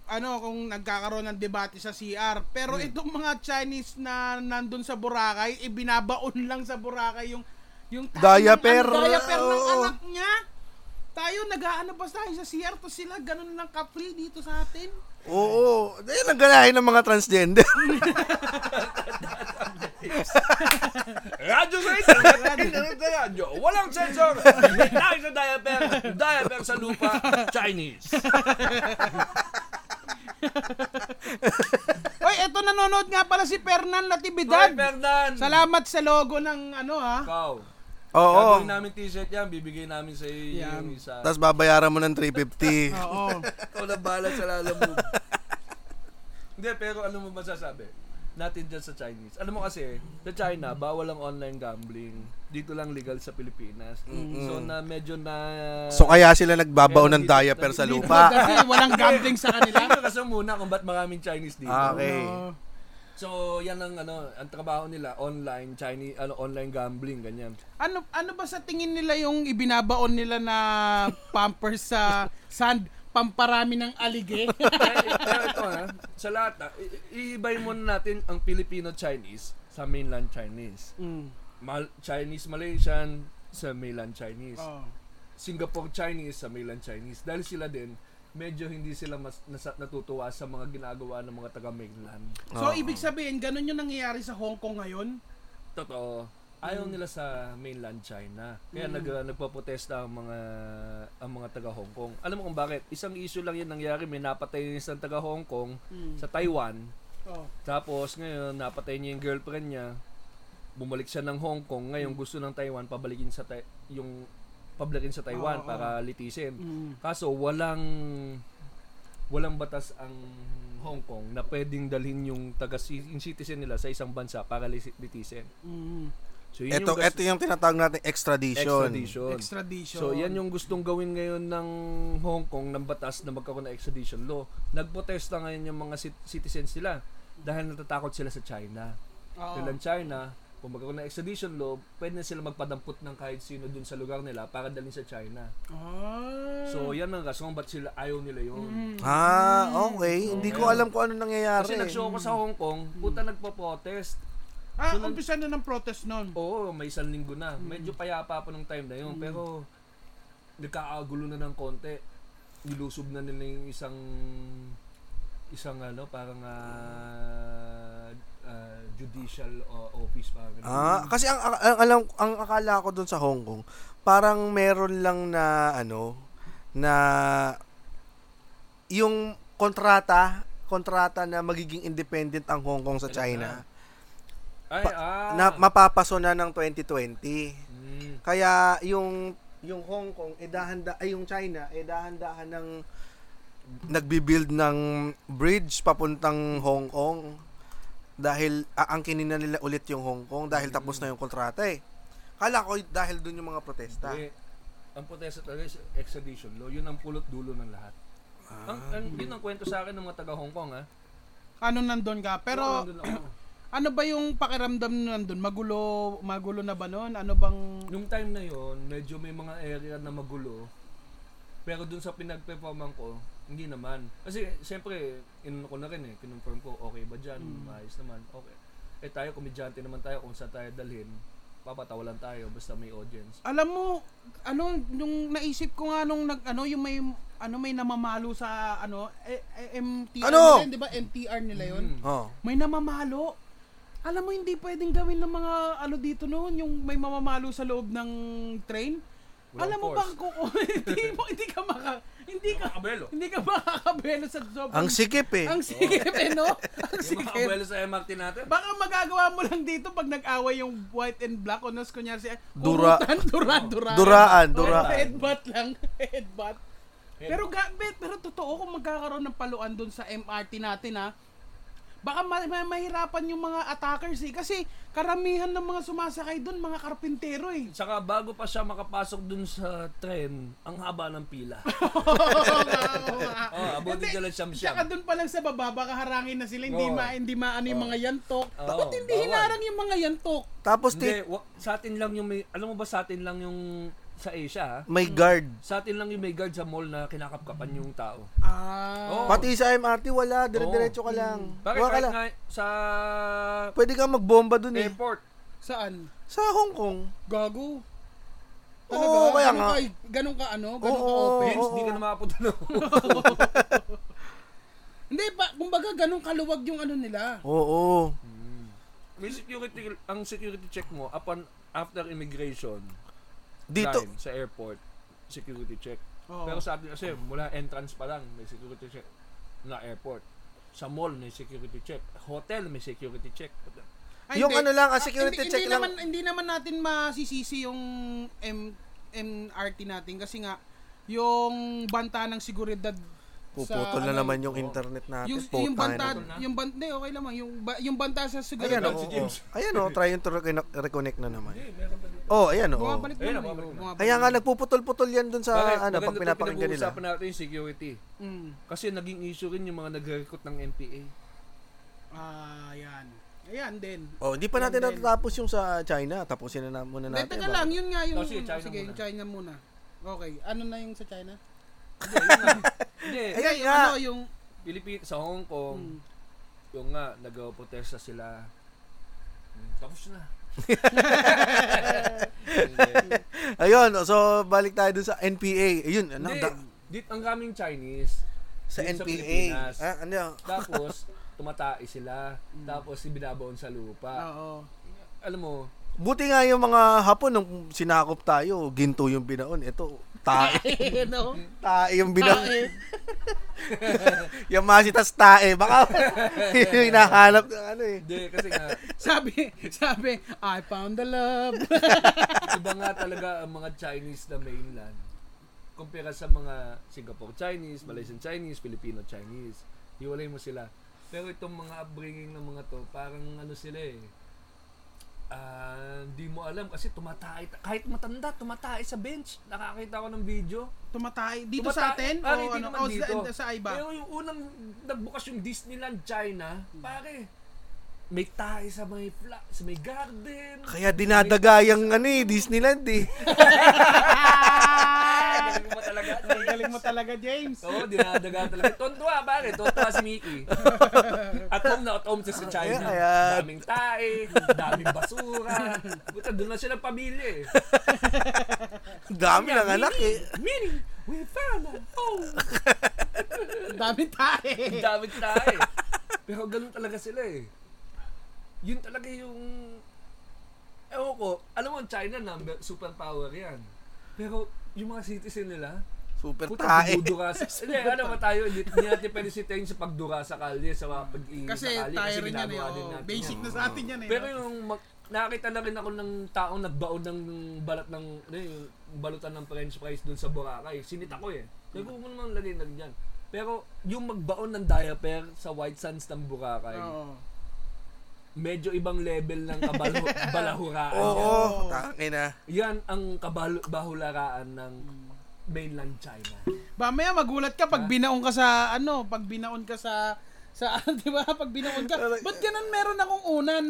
ano kung nagkakaroon ng debate sa CR. Pero
Hmm.
itong mga Chinese na nandun sa Boracay, ibinabaon lang sa Boracay yung yung
Diaper.
ng, ano, diaper ng
Oo.
anak niya. Tayo nag-aano pa tayo sa CR to sila ganun lang ka-free dito sa atin.
Oo. Ayan ang ganahin ng mga transgender.
Radyo sa ito! Radyo! Walang sensor! Hindi tayo sa diaper! Diaper sa lupa! Chinese!
Oy, eto nanonood nga pala si Fernan Natividad.
Hoy, Fernan!
Salamat sa logo ng ano ha.
Ikaw.
Oo.
Gagawin namin t-shirt yan, bibigay namin sa iyo
Yan.
yung isa.
Tapos babayaran mo ng 350.
Oo.
Ikaw na bahala sa lala move. Hindi, pero ano mo masasabi? Natin dyan sa Chinese. Alam mo kasi, sa China, bawal ang online gambling. Dito lang legal sa Pilipinas. So na medyo na...
So kaya sila nagbabaon ng
Meron dito-
diaper sa
Dito
lupa.
Kasi walang gambling
Ah,
sa kanila.
Tingnan kasi muna kung ba't maraming Chinese dito.
Ah, Okay.
So, yan ang ano, ang trabaho nila, online Chinese, ano, online gambling ganyan.
Ano ano ba sa tingin nila yung ibinabaon nila na pampers sa sand pamparami ng alige?
Pero pero ito ha, sa lahat ha, i- i- iibay muna natin ang Filipino Chinese sa mainland Chinese. Mal- Chinese Malaysian sa mainland Chinese.
Oo.
Singapore Chinese sa mainland Chinese dahil sila din medyo hindi sila mas nasa, natutuwa sa mga ginagawa ng mga taga mainland.
So ibig sabihin ganun yung nangyayari sa Hong Kong ngayon.
Totoo. Ayaw nila sa mainland China. Kaya nag, nagpaprotesta ang mga ang mga taga Hong Kong. Alam mo kung bakit? Isang issue lang 'yan nangyari, may napatay yung isang taga Hong Kong sa Taiwan.
Oh.
Tapos ngayon napatay niya yung girlfriend niya. Bumalik siya ng Hong Kong. Ngayon
Hmm.
gusto ng Taiwan pabalikin sa Tai- yung pabalikin sa Taiwan
Oo.
para litisin. Kaso walang walang batas ang Hong Kong na pwedeng dalhin yung taga yung citizen nila sa isang bansa para lisi- litisin. So yun
Ito,
yung gas-
ito yung tinatawag natin extradition.
extradition.
Extradition.
So yan yung gustong gawin ngayon ng Hong Kong ng batas na magkaroon ng extradition law. Nagprotesta ngayon yung mga cit- citizens nila dahil natatakot sila sa China.
Oo.
Dahil ang China, kung magkaroon ng extradition law, pwede na sila magpadampot ng kahit sino dun sa lugar nila para dalhin sa China.
Ah. Mm.
So yan ang rason ba't sila ayaw nila yun.
Ah, okay. Hindi ko alam kung ano nangyayari.
Kasi nag-show ako sa Hong Kong, puta nagpa-protest.
ah, umpisa na ng protest noon.
Oo, may isang linggo na. Medyo payapa pa nung time na yun. Pero, nagkakagulo na ng konti. Nilusob na nila yung isang isang ano, parang ah, ah, judicial o- office parang ganun.
Ah, kasi ang, ang- ang alam ang akala ko doon sa Hong Kong, parang meron lang na ano na yung kontrata, kontrata na magiging independent ang Hong Kong sa China.
Ay, ah.
Na mapapaso na ng 2020.
Mm.
Kaya yung yung Hong Kong edahanda ay yung China edahan-dahan ng nagbi-build ng bridge papuntang Hong Kong dahil aangkinin na nila ulit yung Hong Kong dahil tapos na yung kontrata eh. Kala ko dahil dun yung mga protesta.
Eh, ang protesta talaga is extradition law. Yun ang pulot dulo ng lahat. Ang, ang, yun ang kwento sa akin ng mga taga Hong Kong ha.
Ano nandun ka? Pero
Oo, nandun ako.
Ano ba yung pakiramdam nun nandun? Magulo, magulo na ba nun? Ano bang...
Nung time na yon, medyo may mga area na magulo. Pero dun sa pinag-performan ko, hindi naman. Kasi siyempre, inano ko na rin eh, kinonfirm ko, okay ba dyan, maayos naman, okay. Eh tayo, komedyante naman tayo, kung saan tayo dalhin, papatawalan tayo, basta may audience.
Alam mo, ano, nung naisip ko nga nung nag, ano, yung may, ano, may namamalo sa, ano, eh, eh, MTR
Ano?
nila yun, di ba? MTR nila yun.
Mm-hmm. Hmm.
Oh.
May namamalo. Alam mo, hindi pwedeng gawin ng mga, ano dito noon, yung may mamamalo sa loob ng train.
Walang
Alam mo ba
force.
kung hindi mo, hindi ka maka, hindi ka,
Makakabelo.
hindi ka makakabelo sa sobrang
Ang sikip eh.
Ang sikip eh, no? Ang
Yung mga
sikip.
abuelo sa MRT natin,
Baka magagawa mo lang dito pag nag-away yung white and black o nas kunyari si
Dura.
Urutan, dura, dura.
Duraan, duraan.
Headbutt lang. Headbutt. Pero ga- bet, pero totoo kung magkakaroon ng paluan doon sa MRT natin ha. Baka ma- ma- mahirapan yung mga attackers eh kasi karamihan ng mga sumasakay doon mga karpintero eh.
Tsaka bago pa siya makapasok dun sa tren, ang haba ng pila.
Oo nga, oo nga.
Oh, abutin ka lang siyam-siyam.
Tsaka doon pa lang sa baba baka harangin na sila hindi
Oo.
ma hindi maano yung mga yantok.
Oo,
Bakit hindi
bawal.
hinarang yung mga yantok?
Tapos
Hindi,
ti-
wa- sa atin lang yung may, alam mo ba sa atin lang yung sa Asia ha?
may guard.
Sa atin lang yung may guard sa mall na kinakapkapan yung tao.
Ah.
Oo.
Pati sa MRT wala, dire-diretso ka
Oo. Hmm.
lang.
Bakit
Wala ka
kahit
lang.
nga sa
Pwede kang magbomba dun eh.
airport,
Saan?
Sa Hong Kong.
Gago.
Oo, kaya
Ano
Ganun
nga.
ka- Ganun ka ano? Ganun ka
Oo.
open?
Vince, di ka na makapunta na.
Hindi, ba, kumbaga ganun kaluwag yung ano nila.
Oo.
May security, ang security check mo upon after immigration
Dito.
time sa airport, security check.
Oo.
Pero sa atin kasi mula entrance pa lang may security check na airport. Sa mall may security check. Hotel may security check.
Ay,
Yung ano lang,
Ah,
ah, security
hindi,
check
hindi
lang.
Naman, hindi naman natin masisisi yung M, MRT natin kasi nga, yung banta ng seguridad
Puputol na
ano,
naman yung internet natin.
yung,
Putang
yung banta,
ina.
na.
yung banta, hindi, okay naman, yung, ba- yung banta sa seguridad.
Ayan oh.
Ayan
o.
si James.
Ayan o, try yung to reconnect- reconnect na naman. Oh, ayan o.
Bumabalik
Ayun,
na naman.
bumabalik na.
bumabalik.
Kaya nga nagpuputol-putol yan dun sa
Bakit?
ano,
Maganda
pag
to,
pinapakinggan nila.
pinag-uusapan natin yung security.
Mm.
Kasi naging issue rin yung mga nag-recruit ng MPA.
Ah, yan. Ayan din.
Oh, hindi pa natin natatapos yung sa China. Tapusin na, na muna
Hindi,
natin.
teka
ba?
lang, yun nga yung,
Oh, sige, China
sige,
muna.
yung China muna. Okay, ano na yung sa China?
Hindi,
Ayan
Hindi, yung
nga.
Ano, yung,
Pilipin, sa Hong Kong,
Mm.
Hmm.
yung nga, nag-protesta sila. Mm, Tapos na.
Ayun, oh, so balik tayo dun sa NPA. Ayun, ano,
Hindi,
da-
dit ang kaming Chinese.
sa NPA.
dito sa Pilipinas.
ah, Hmm. ano,
Tapos, tumatay sila. Tapos, binabaon sa lupa.
oo.
Alam mo,
buti nga yung mga Hapon, nung sinakop tayo, ginto yung binaon. Ito, tae.
Ano?
tae yung binaon. Yamasi, tas tae. Baka yun yung hinahanap ng ano eh.
hindi, kasi nga,
Sabi, sabi, I found the love.
iba nga talaga ang mga Chinese na mainland. Kumpara sa mga Singapore Chinese, Malaysian Chinese, Filipino Chinese. Hiwalay mo sila. Pero itong mga upbringing ng mga to, parang ano sila eh. Ah, hindi mo alam kasi tumatay. Kahit matanda, tumatay sa bench. Nakakita ko ng video.
Tumatay. Dito sa
Tumata-
atin? o
Ah, hindi
ano?
naman
O
dito.
sa, sa iba?
Pero yung unang nagbukas yung Disneyland China, pare, may tayo sa may fla, sa may garden.
Kaya dinadaga yung ano eh, Disneyland eh.
Ay, galing mo talaga.
Galing mo talaga, James.
Oo, dinadaga talaga. Tontuwa, pare. Tontuwa si Mickey. At home na at home siya sa
Kaya-
China.
kaya-
Daming tae, daming basura. Buta, doon na sila pabili. eh.
Dami ng anak eh.
Meaning, we found a home.
Ang dami tayo.
Ang dami tayo. eh. Pero ganun talaga sila eh. Yun talaga yung... Ewan ko, alam mo, ang China number, superpower yan. Pero yung mga citizen nila,
Super
puta,
tae.
pagdudurasa. Hindi, ano ba tayo, hindi, hindi natin pwede sitayin sa pagdura sa kalye, sa mga pag-iingi
Kasi
sa kalye,
tayo rin yan eh.
ginagawa
oo.
natin
Basic
yan.
na sa atin yan eh.
Pero yung mag- nakakita na rin ako ng taong nagbaon ng balat ng ano yun, yung balutan ng french fries doon sa Boracay. Sinita ko eh. Sabi ko, "Huwag mo naman lagay na dyan. Pero yung magbaon ng diaper sa White Sands ng Boracay,
Oo.
medyo ibang level ng kabalo- balahuraan yan.
Oo, tangin na.
Yan ang kabahularaan ng mainland China.
Ba, maya magulat ka pag binaon ka sa, ano, pag binaon ka sa Sa, di ba, pag binawag ka,
Ano?
ba't ganun meron akong unan?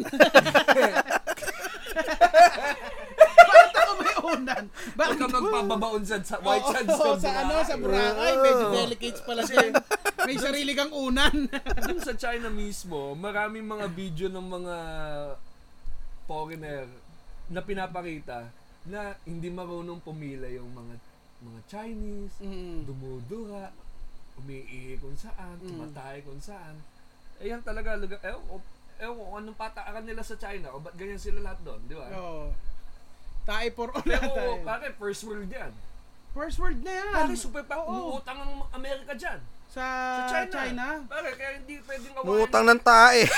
Bakit ako may unan?
Huwag
Bakit
ka magpapabaon sa, sa white sands
Oo,
oh,
sa ano, sa Boracay, medyo delicate pala siya. May sarili kang unan.
Dun sa China mismo, maraming mga video ng mga foreigner na pinapakita na hindi marunong pumila yung mga mga Chinese,
Mm.
dumudura, umiihi kung saan, tumatay kung saan. Ayan talaga, lugar, ewan ko, ewan ko kung anong pataaran nila sa China o ba't ganyan sila lahat doon, di ba?
Oo. Tae for all
Pero
tayo.
pare, first world yan.
First world na yan.
Pare, super pa,
Oo.
umuutang ang Amerika dyan.
Sa,
Sa
Ah, China.
China. Pare, kaya hindi pwedeng awayan
Mutang ng tae.
Diba?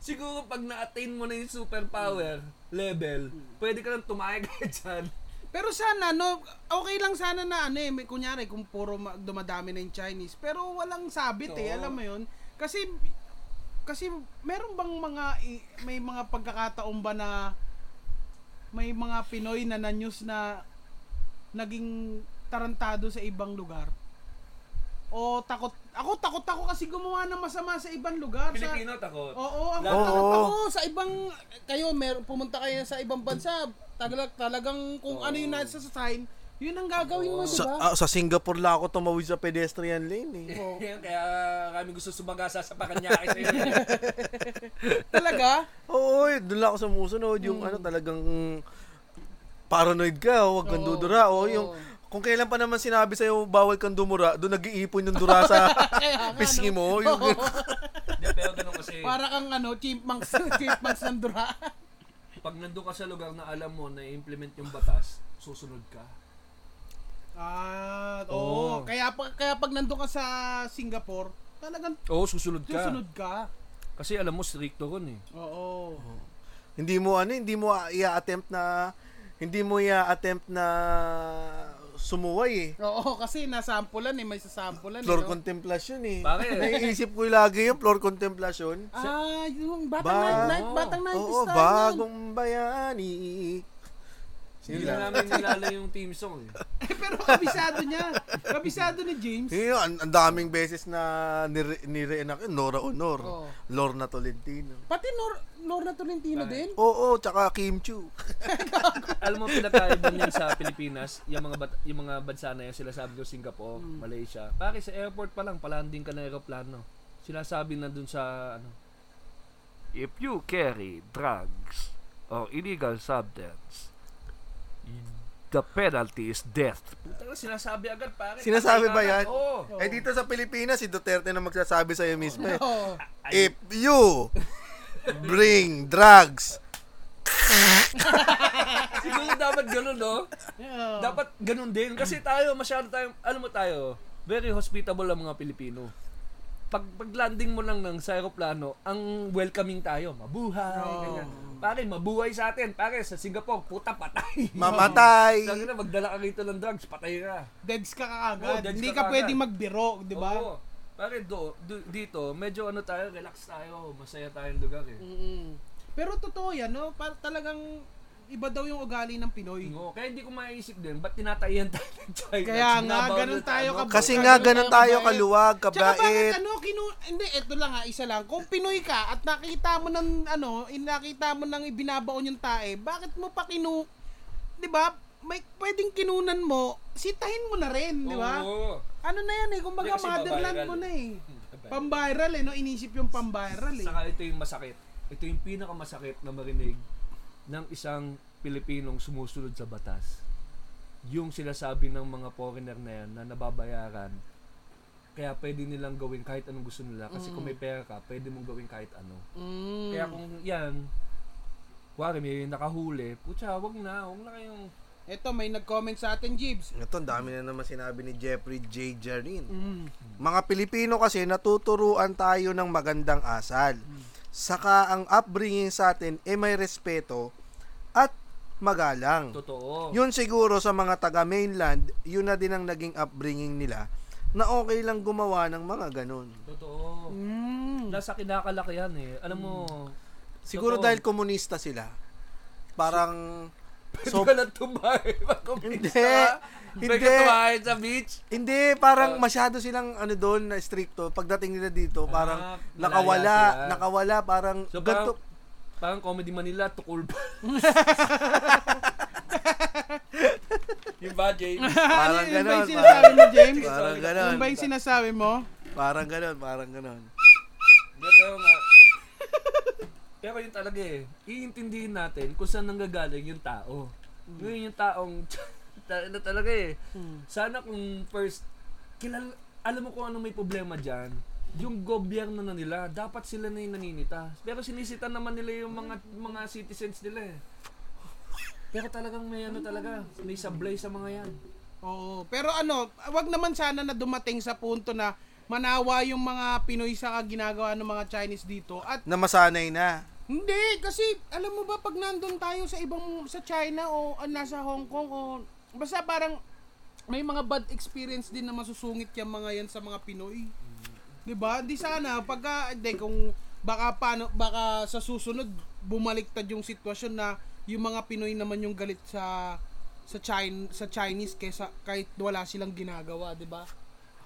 Siguro pag na-attain mo na yung superpower level, pwede ka lang tumayag dyan.
Pero sana, no, okay lang sana na ano eh, may- kunyari kung puro ma- dumadami na yung Chinese. Pero walang sabit eh,
Oo.
alam mo yun? Kasi, kasi meron bang mga, i- may mga pagkakataon ba na may mga Pinoy na na-news na naging tarantado sa ibang lugar? O takot, ako takot ako kasi gumawa ng masama sa ibang lugar. sa-
Pilipino takot.
Oo, ang
Lahat-
takot
Oo.
ako sa ibang kayo mer pumunta kayo sa ibang bansa. Tagal talagang kung ano yung nasa sa sign, yun ang gagawin mo, di
sa,
ba?
ah, sa Singapore la ako tumawid sa pedestrian lane eh.
Yan, kaya kami gusto sumagasa sa Paranaque sa iyo.
Talaga?
Oo, eh, doon lang ako sumusunod.
Hmm.
Yung ano talagang paranoid ka, oh, huwag kang
Oo,
dudura. O yung
oo.
kung kailan pa naman sinabi sa'yo bawal kang dumura, doon nag-iipon yung dura sa
Kaya nga,
pisngi
no?
mo. Yung,
Oo.
Hindi, pero ganun kasi,
Para kang ano, chipmunks, chipmunks ng dura.
pag nandun ka sa lugar na alam mo na implement yung batas, susunod ka.
Ah,
Oo.
oo. Kaya, pa- kaya pag nandun ka sa Singapore, talagang
Oo, susunod
susunod ka.
Kasi alam mo, stricto ron eh.
Oo.
hindi mo ano, hindi mo i-attempt na hindi mo i-attempt na sumuway eh.
Oo, kasi nasampulan eh, may sasampulan eh. no?
Floor contemplation eh.
Bakit?
Naiisip ko lagi yung floor contemplation.
Ah, yung batang,
Ba-
ba- night,
Oo.
batang 90s
Oo,
tayo nun.
bagong bayani.
Hindi na namin nilala yung team song eh.
Eh, pero kabisado niya. Kabisado ni James.
Yun, Eh, ang, ang daming beses na nire- nire-enact yun. Nora Honor.
Oo.
Lorna Tolentino.
Pati Nor Norna Tolentino
Bakit?
din.
Oo, tsaka Kim Chu.
alam mo, pinakaiba niyan sa Pilipinas, yung mga, bat- yung mga bansa na yun, sila sabi ko Singapore, Malaysia. Pare, sa airport pa lang, palanding ka ng aeroplano. Sinasabi na dun sa, ano, If you carry drugs or illegal substance, the penalty is death. Puta, sinasabi agad, pare.
Sinasabi ba yan?
Oo.
Eh dito sa Pilipinas, si Duterte na magsasabi sa'yo mismo eh.
Oo.
If you bring drugs,
Siguro dapat ganun, no?
Oo.
Dapat ganun din. Kasi tayo, masyado tayong, alam mo tayo, very hospitable ang mga Pilipino. Pag, pag landing mo lang ng sa aeroplano, ang welcoming tayo. Mabuhay, ganyan. Pare, mabuhay sa atin. Pare, sa Singapore, puta, patay.
mamatay.
Sabi na, magdala ka rito ng drugs, patay ka.
Oh, Deads ka
Oo,
kaagad.
deads
Hindi
ka
ka,
kaagad.
pwedeng magbiro, di ba?
Oo. Pare, do, do- dito, medyo ano tayo, relax tayo. Masaya tayong lugar eh.
Mm-mm. Pero totoo yan, no? Para talagang iba daw yung ugali ng Pinoy.
Oo, kaya hindi ko maiisip din, ba't tinatayan tayo ng China?
Mm. Kaya nga,
Sinabawal
ganun
na
tayo
ano?
kabukas.
Kasi nga, ganun tayo kaluwag,
Tsaka bakit
kabait.
ano, kinu... Hindi, eto lang ha, isa lang. Kung Pinoy ka at nakita mo ng ano, in- nakita mo ng ibinabaon yung tae, bakit mo pa kinu... Di ba? May pwedeng kinunan mo, sitahin mo na rin, di ba?
Diba? Oo.
Ano na yan eh, kumbaga
Hindi, kasi
motherland
babayral.
mo na eh. Pambiral eh, no? Inisip yung pambiral eh.
Saka ito yung masakit. Ito yung pinakamasakit na marinig ng isang Pilipinong sumusunod sa batas. Yung sinasabi ng mga foreigner na yan na nababayaran, kaya pwede nilang gawin kahit anong gusto nila. Kasi
Mm.
kung may pera ka, pwede mong gawin kahit ano.
Mm.
Kaya kung yan, kuwari may nakahuli, putya, wag na, wag na kayong...
Ito, may nag-comment sa atin, Jibs.
Ito, ang dami na naman sinabi ni Jeffrey J. Jarin.
Mm.
Mga Pilipino kasi natuturuan tayo ng magandang asal.
Hmm.
Saka ang upbringing sa atin ay may respeto at magalang.
Totoo.
Yun siguro sa mga taga mainland, yun na din ang naging upbringing nila na okay lang gumawa ng mga ganun.
Totoo.
Mm.
Mm.
Nasa kinakalakihan eh. Alam mo...
Siguro
totoo.
dahil komunista sila. Parang
Pwede
So-
ka na tumahe pag kumisa.
Hindi.
Pwede
Hindi.
ka tumahe sa beach.
Hindi, parang masyado silang ano doon na stricto. Pagdating nila dito,
Ah,
parang
malaya
nakawala,
sila.
nakawala, parang
So,
ganito.
parang, parang Comedy Manila, tukul pa. yung ba, James?
Parang
Ano ba
ganon.
yung sinasabi mo, James?
Parang ganon.
Ano ba yung sinasabi mo?
Parang ganon, parang ganon.
Hindi, pero nga. Pero yun talaga eh, iintindihin natin kung saan nanggagaling yung tao. Ngayon yung taong, ta- na talaga eh. Sana kung first, kilal, alam mo kung anong may problema dyan, yung gobyerno na nila, dapat sila na yung naninita. Pero sinisita naman nila yung mga mga citizens nila eh. Pero talagang may ano talaga, may sablay sa mga yan.
Oo. Pero ano, wag naman sana na dumating sa punto na manawa yung mga Pinoy sa ginagawa ng mga Chinese dito at
Na masanay na.
Hindi, kasi alam mo ba pag nandun tayo sa ibang sa China o ah, nasa Hong Kong o basta parang may mga bad experience din na masusungit yung mga yan sa mga Pinoy. 'Di ba? Di sana pagka hindi kung baka paano baka sa susunod bumaliktad yung sitwasyon na yung mga Pinoy naman yung galit sa sa Chin sa Chinese kaysa kahit wala silang ginagawa, 'di ba?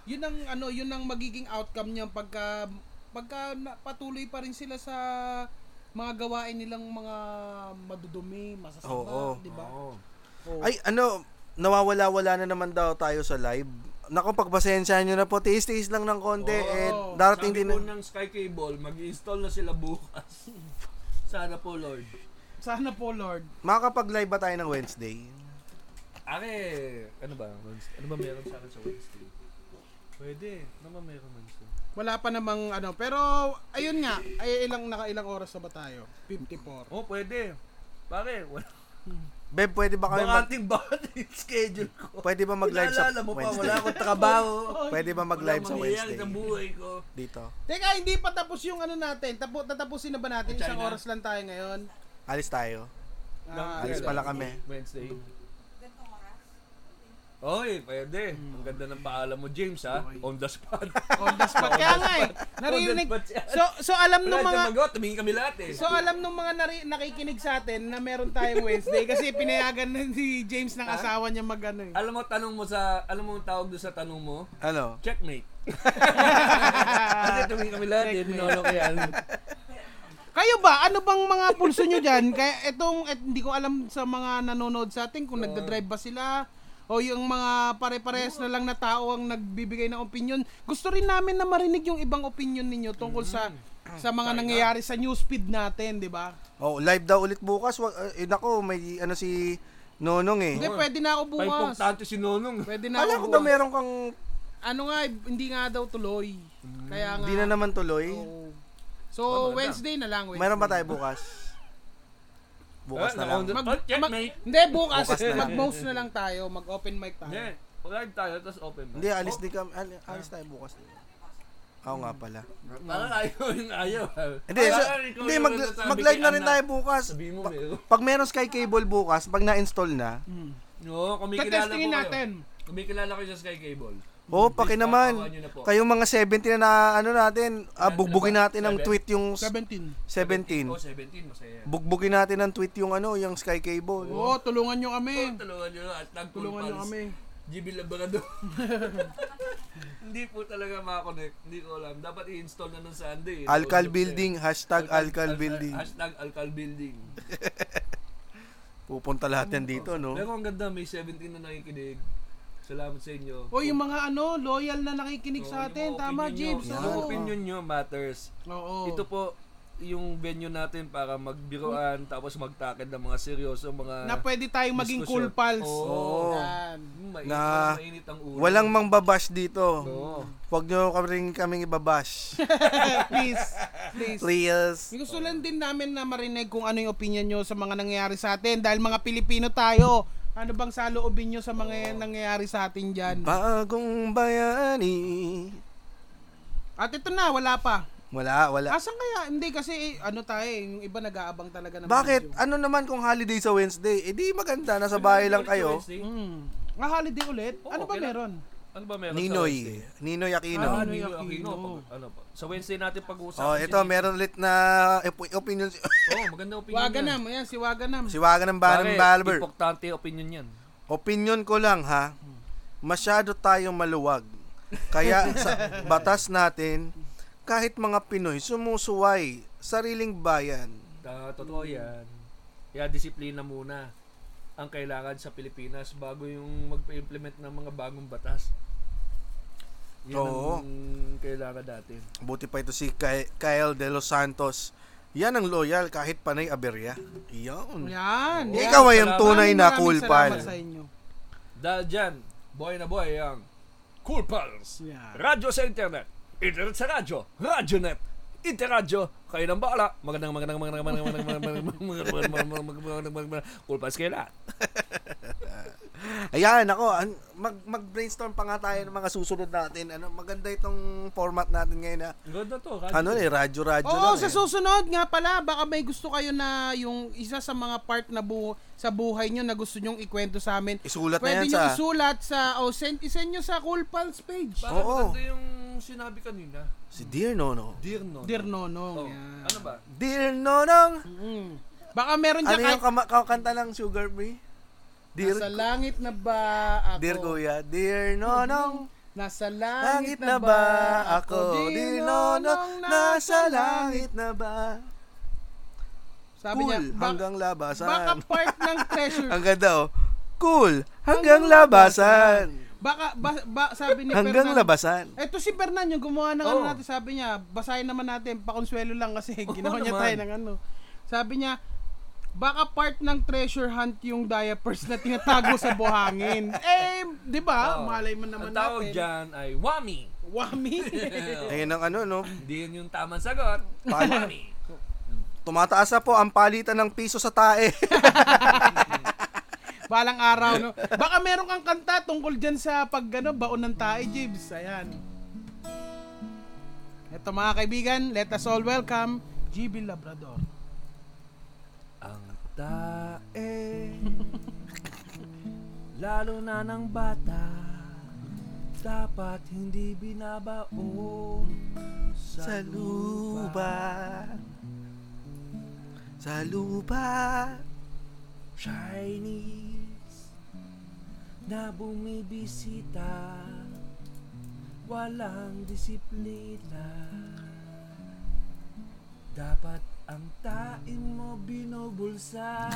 Yun ang ano, yun ang magiging outcome niyan pagka pagka na- patuloy pa rin sila sa mga gawain nilang mga madudumi, diba? masasama,
Oo.
'di ba?
Oo.
Ay, ano, nawawala-wala na naman daw tayo sa live. Naku, pagpasensya nyo na po. Tiis-tiis lang ng konti.
Oo.
eh, darating
Sabi
din.
po ng Sky Cable, mag-install na sila bukas. Sana po, Lord.
Sana po, Lord.
Makakapag-live ba tayo ng Wednesday?
Ake, ano ba? Wednesday? Ano ba meron sa akin sa Wednesday? Pwede. Ano ba meron Wednesday?
Wala pa namang ano, pero ayun nga, ay ilang nakailang oras na ba tayo? 54.
Oh, pwede. Pare, wala.
Beb, pwede ba kami mag-
Bakanting bakanting schedule ko.
pwede ba mag-live sa
Naalala mo pa, wala
Wednesday?
akong trabaho.
Pwede ba mag-live
Wala
sa
mangyayari
Wednesday?
sa buhay ko.
Dito.
Teka, hindi pa tapos yung ano natin. Tapo, tatapusin na ba natin? Isang
China?
oras lang tayo ngayon.
Alis tayo.
Ah,
Alis pala kami.
Wednesday. Oy, pwede. Ang ganda ng paalam mo, James, ha? On the spot.
on the spot. Kaya nga eh. Naririnig.
On the spot yan.
So, so alam
Wala
nung mga...
mga... magawa, tumingin kami lahat eh.
So alam nung mga nari- nakikinig sa atin na meron tayong Wednesday kasi pinayagan na si James ng asawa niya mag ano eh.
alam mo, tanong mo sa, alam mo ang tawag doon sa tanong mo?
Ano?
Checkmate. Kasi tumingin kami lahat eh, pinolo ko yan.
Kayo ba? Ano bang mga pulso nyo dyan? Kaya itong, et- hindi ko alam sa mga nanonood sa atin
Oh.
kung nagdadrive ba sila o yung mga pare-parehas na lang na tao ang nagbibigay ng opinion. Gusto rin namin na marinig yung ibang opinion ninyo tungkol sa
Mm.
sa mga nangyayari sa newsfeed natin, di ba?
Oh, live daw ulit bukas. Wag, eh, nako, may ano si Nonong eh.
Hindi, pwede na ako
May
bukas.
importante si Nonong.
Pwede na
Alam
ako
ko ba
bukas.
meron kang
Ano nga, hindi nga daw tuloy. Kaya nga.
di Mm. na naman tuloy?
Oo. So, Wednesday na lang. Wednesday.
Meron ba tayo bukas? Bukas na lang.
Mag-
Mag- Eh, oh, checkmate.
Hindi, bukas.
Bukas na lang.
Mag-mouse na lang tayo. Mag-open mic tayo.
Hindi. Live tayo, tapos open mic.
Hindi, alis din kami. al-
Ah.
Alis tayo bukas. Oo nga pala.
Oh, Parang ayaw yung ayaw.
Hindi,
Ah,
so, hindi mag, mag-live na rin tayo bukas.
Sabihin mo
Pa-
meron.
pag meron Sky Cable bukas, pag na-install na,
Hmm. No, kumikilala po
Tatestingin
kayo.
natin.
Kumikilala kayo sa Sky Cable.
oh, paki naman.
Tatawa nyo na po.
Kayong mga 70 na, na ano natin, ah, bugbugin natin ng tweet yung s-
17.
17.
Oh, 17, masaya. yan.
Bugbugin natin ng tweet yung ano, yung Sky Cable.
Oo, tulungan nyo
Oh,
kami.
Tulungan nyo at
Tulungan nyo kami.
GB Labrador. Hindi po talaga makakonect. Hindi ko alam. Dapat i-install na nung Sunday. eh.
Alcal
Tulog siya.
Building, hashtag Alcal
Alcal-
Building.
Hashtag Alcal Building.
Pupunta lahat yan dito, no?
Pero ang ganda, may 17 na nakikinig. Salamat sa inyo.
O, yung mga ano, loyal na nakikinig
Oo,
sa
yung
atin.
mga
Tama,
oh,
Oh.
opinion
James.
nyo. Yung
Oo.
opinion nyo matters.
Oo.
Ito po, yung venue natin para magbiroan tapos magtakid ng mga seryoso mga
Na pwede tayong maging cool
Diskusyon.
pals.
ah, Oo.
Yan.
mainit,
na-
mainit ang ulo.
Walang mangbabash dito.
Oo.
Huwag nyo kaming, kaming ibabash.
Please. Please.
Please.
Gusto lang din namin na marinig kung ano yung opinion nyo sa mga nangyayari sa atin. Dahil mga Pilipino tayo, ano bang saloobin nyo sa mga nangyayari sa atin dyan?
Bagong bayani.
At ito na, wala pa.
Wala, wala.
Asan kaya? Hindi kasi eh, ano tayo, eh, yung iba nag-aabang talaga ng
Bakit?
video.
Ano naman kung holiday sa Wednesday? Eh di maganda, nasa bahay lang kayo.
Wednesday.
Mm. Ah, holiday ulit?
Oo,
ano ba
kailan-
meron?
Ano ba meron sa
Ninoy.
Wednesday?
Ninoy
Ah,
Aquino.
Ninoy
Ninoy
Aquino.
Aquino. Pag- ano pa? Sa Wednesday natin pag-uusapan.
Oh, ito,
si-
meron ulit na op- opinion si,
Oo, maganda opinion
Waganam,
yan.
ayan, si Waganam.
si Wagan ng Barang
Pare,
Balber.
Importante opinion yan.
Opinion ko lang ha. Masyado tayong maluwag. Kaya sa batas natin, kahit mga Pinoy sumusuway sariling bayan.
Ta- totoo
Mm-hmm.
yan. Kaya disiplina muna ang kailangan sa Pilipinas bago yung mag-implement ng mga bagong batas. Yun
Oo.
ang kailangan natin.
Buti pa ito si Ky- Kyle De Los Santos. Yan ang loyal kahit panay aberya. Iyon.
Yan.
Oh.
Yeah.
Ikaw ay ang
Maraming,
tunay na
Maraming
cool
salamat
pal.
sa inyo.
Dahil dyan, boy na boy ang Cool Pals.
Yeah.
Radyo sa internet. Internet sa radyo. Radyo net. Interradyo. Kayo ng baala. Magandang magandang magandang magandang magandang magandang magandang magandang magandang magandang magandang Cool Pals kayo lahat.
Ayan, ako, an- mag, mag-brainstorm pa nga tayo ng mga susunod natin. Ano, maganda itong format natin ngayon na,
Ang Ganda to. radyo.
ano eh, radyo-radyo
Oo,
lang
sa
eh.
susunod nga pala, baka may gusto kayo na yung isa sa mga part na bu- sa buhay nyo na gusto nyong ikwento sa amin.
Isulat na
Pwede
yan
nyo
sa...
isulat sa, o send, isend nyo sa Cool Pals page.
Parang
Oo.
maganda yung sinabi kanina.
Si Dear Nono.
Dear Nono.
Dear Nonong.
Oh,
yan.
Ano ba?
Dear Nonong!
Mm. Baka meron
Ano
dyan
yung
kahit
kama- kakanta ng Sugar Me? Dear,
nasa langit na ba ako?
dear Kuya, Dear Nonong,
Nasa langit,
langit na ba ako?
Dear
Dear Nonong, nasa langit na ba?
Sabi niya,
Cool,
bak-
hanggang labasan.
baka part ng treasure.
Ang ganda oh. Cool, hanggang labasan.
Baka, ba- ba- sabi ni
Hanggang
Fernan-
labasan.
Eto si Fernan yung gumawa ng ano
Oo.
natin, sabi niya, basahin naman natin, pakonsuelo lang kasi
Oh. Oo
ginawa niya
naman.
tayo ng ano. Sabi niya, baka part ng treasure hunt yung diapers na tinatago sa buhangin. eh, di ba?
Oo.
Malay mo naman
Ang tawag
natin.
dyan ay Wami.
Wami.
Ayun ang ano no.
Hindi yun yung tamang sagot. Wami.
Tumataas na po ang palitan ng piso sa tae.
Balang araw, no? Baka meron kang kanta tungkol dyan sa pag, ano, baon ng tae, Jibs. Ayan. Eto mga kaibigan, let us all welcome GB Labrador.
Ang tae Lalo na ng bata Dapat hindi binabaon
Sa lupa. Sa lupa.
Chinese na bumibisita walang disiplina dapat ang tain mo binubulsa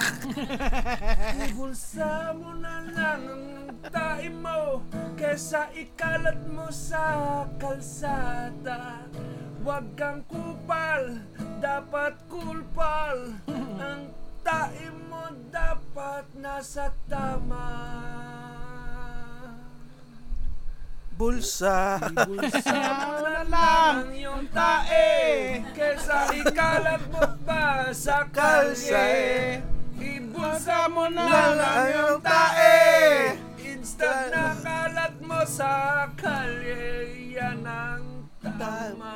Ibulsa mo na lang ang tain mo Kesa ikalat mo sa kalsada Huwag kang kupal, dapat kulpal Ang tain mo dapat nasa tama
Bulsa.
Ibulsa mo na lang
Lang!
ang iyong tae Kesa ikalat mo pa sa kalye
Kalse.
Ibulsa mo na
Lang
lang
ang
yung
iyong tae.
tae Instant na kalat mo sa kalye Yan ang tama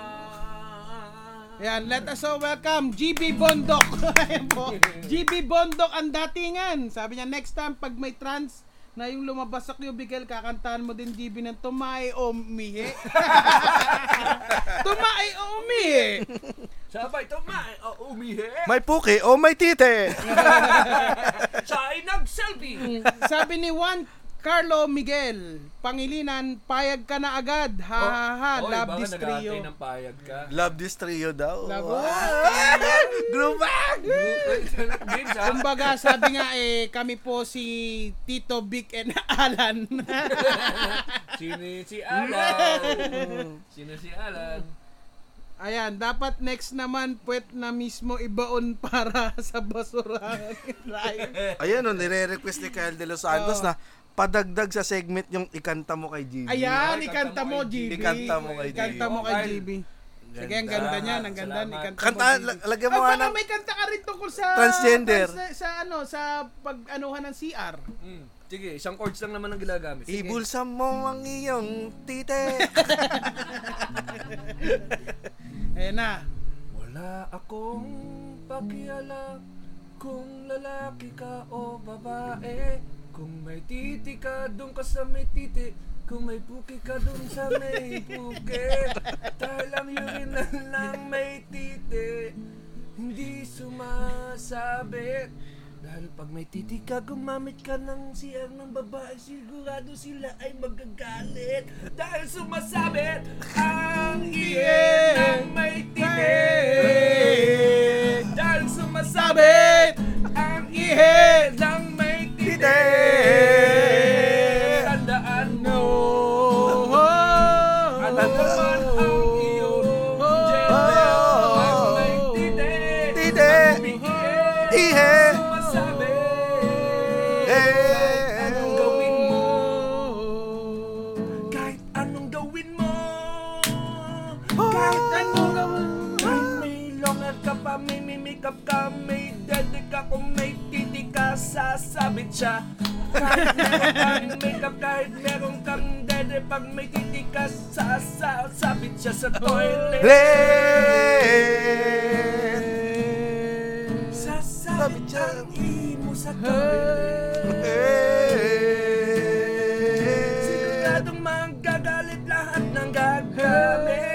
Ayan, let us all welcome GB Bondok. Ayan po. GB Bondok ang datingan. Sabi niya, next time pag may trans na yung lumabas sa cubicle, kakantahan mo din GB ng tumae o umihi. tumae o umihi.
Sabay tumay o umihi
May puki o may tite.
Siya ay nag-selfie
Sabi ni Juan Carlo Miguel, pangilinan, payag ka na agad. Ha ha ha,
Oh,
love this trio.
ng payag ka
Love this trio daw.
Love-
Grubag!
Games ha
Kumbaga, sabi nga eh, kami po si Tito, Vic, and Alan.
Sino si Alan Sino si Alan
Ayan, dapat next naman puwet na mismo ibaon para sa basurahan live.
Ayan, oh, nire-request ni Kyle De Los Santos
Oo.
na padagdag sa segment yung ikanta mo kay GB.
Ayan, ikanta mo, GB.
Ikanta mo kay
Ikanta
GB.
mo kay
Kyle.
GB. Sige, ang ganda niyan, ang ganda.
Salamat.
Ikanta
Kanta,
mo, GB.
lag- lagyan
Ah,
mo nga
baka
ng
may kanta ka rin tungkol sa...
Transgender.
Sa, sa ano, sa pag-anuhan ng CR.
Mm. Sige, isang chords lang naman ang ginagamit.
Ibulsa mo ang iyong tite.
Ayan na.
Wala akong pakialam kung lalaki ka o babae. Kung may titi ka, doon ka sa may titi. Kung may puki ka dun sa may puki, dahil ang urinal ng may titi, hindi sumasabit. Dahil pag may titi ka, gumamit ka ng CR ng babae, sigurado sila ay magagalit. Dahil sumasabit ang iye ng may titi. Dahil sumasabit ang iye ng may titi. Tandaan mo
Ano
Alam naman ang iyong gender Ang may tide
Tide. Ihe.
Masabi
Eh.
Anong gawin mo Kahit anong gawin mo Kahit anong gawin mo Kahit may longer ka pa May mimikap ka May dede ka Kung may titi ka Sasabit siya kahit meron kang makeup, kahit meron kang dede Pag may titi ka, sasabit siya sa toilet
Eh.
Sasabit ang imo sa toilet
eh.
Siguradong manggagalit lahat ng gagamit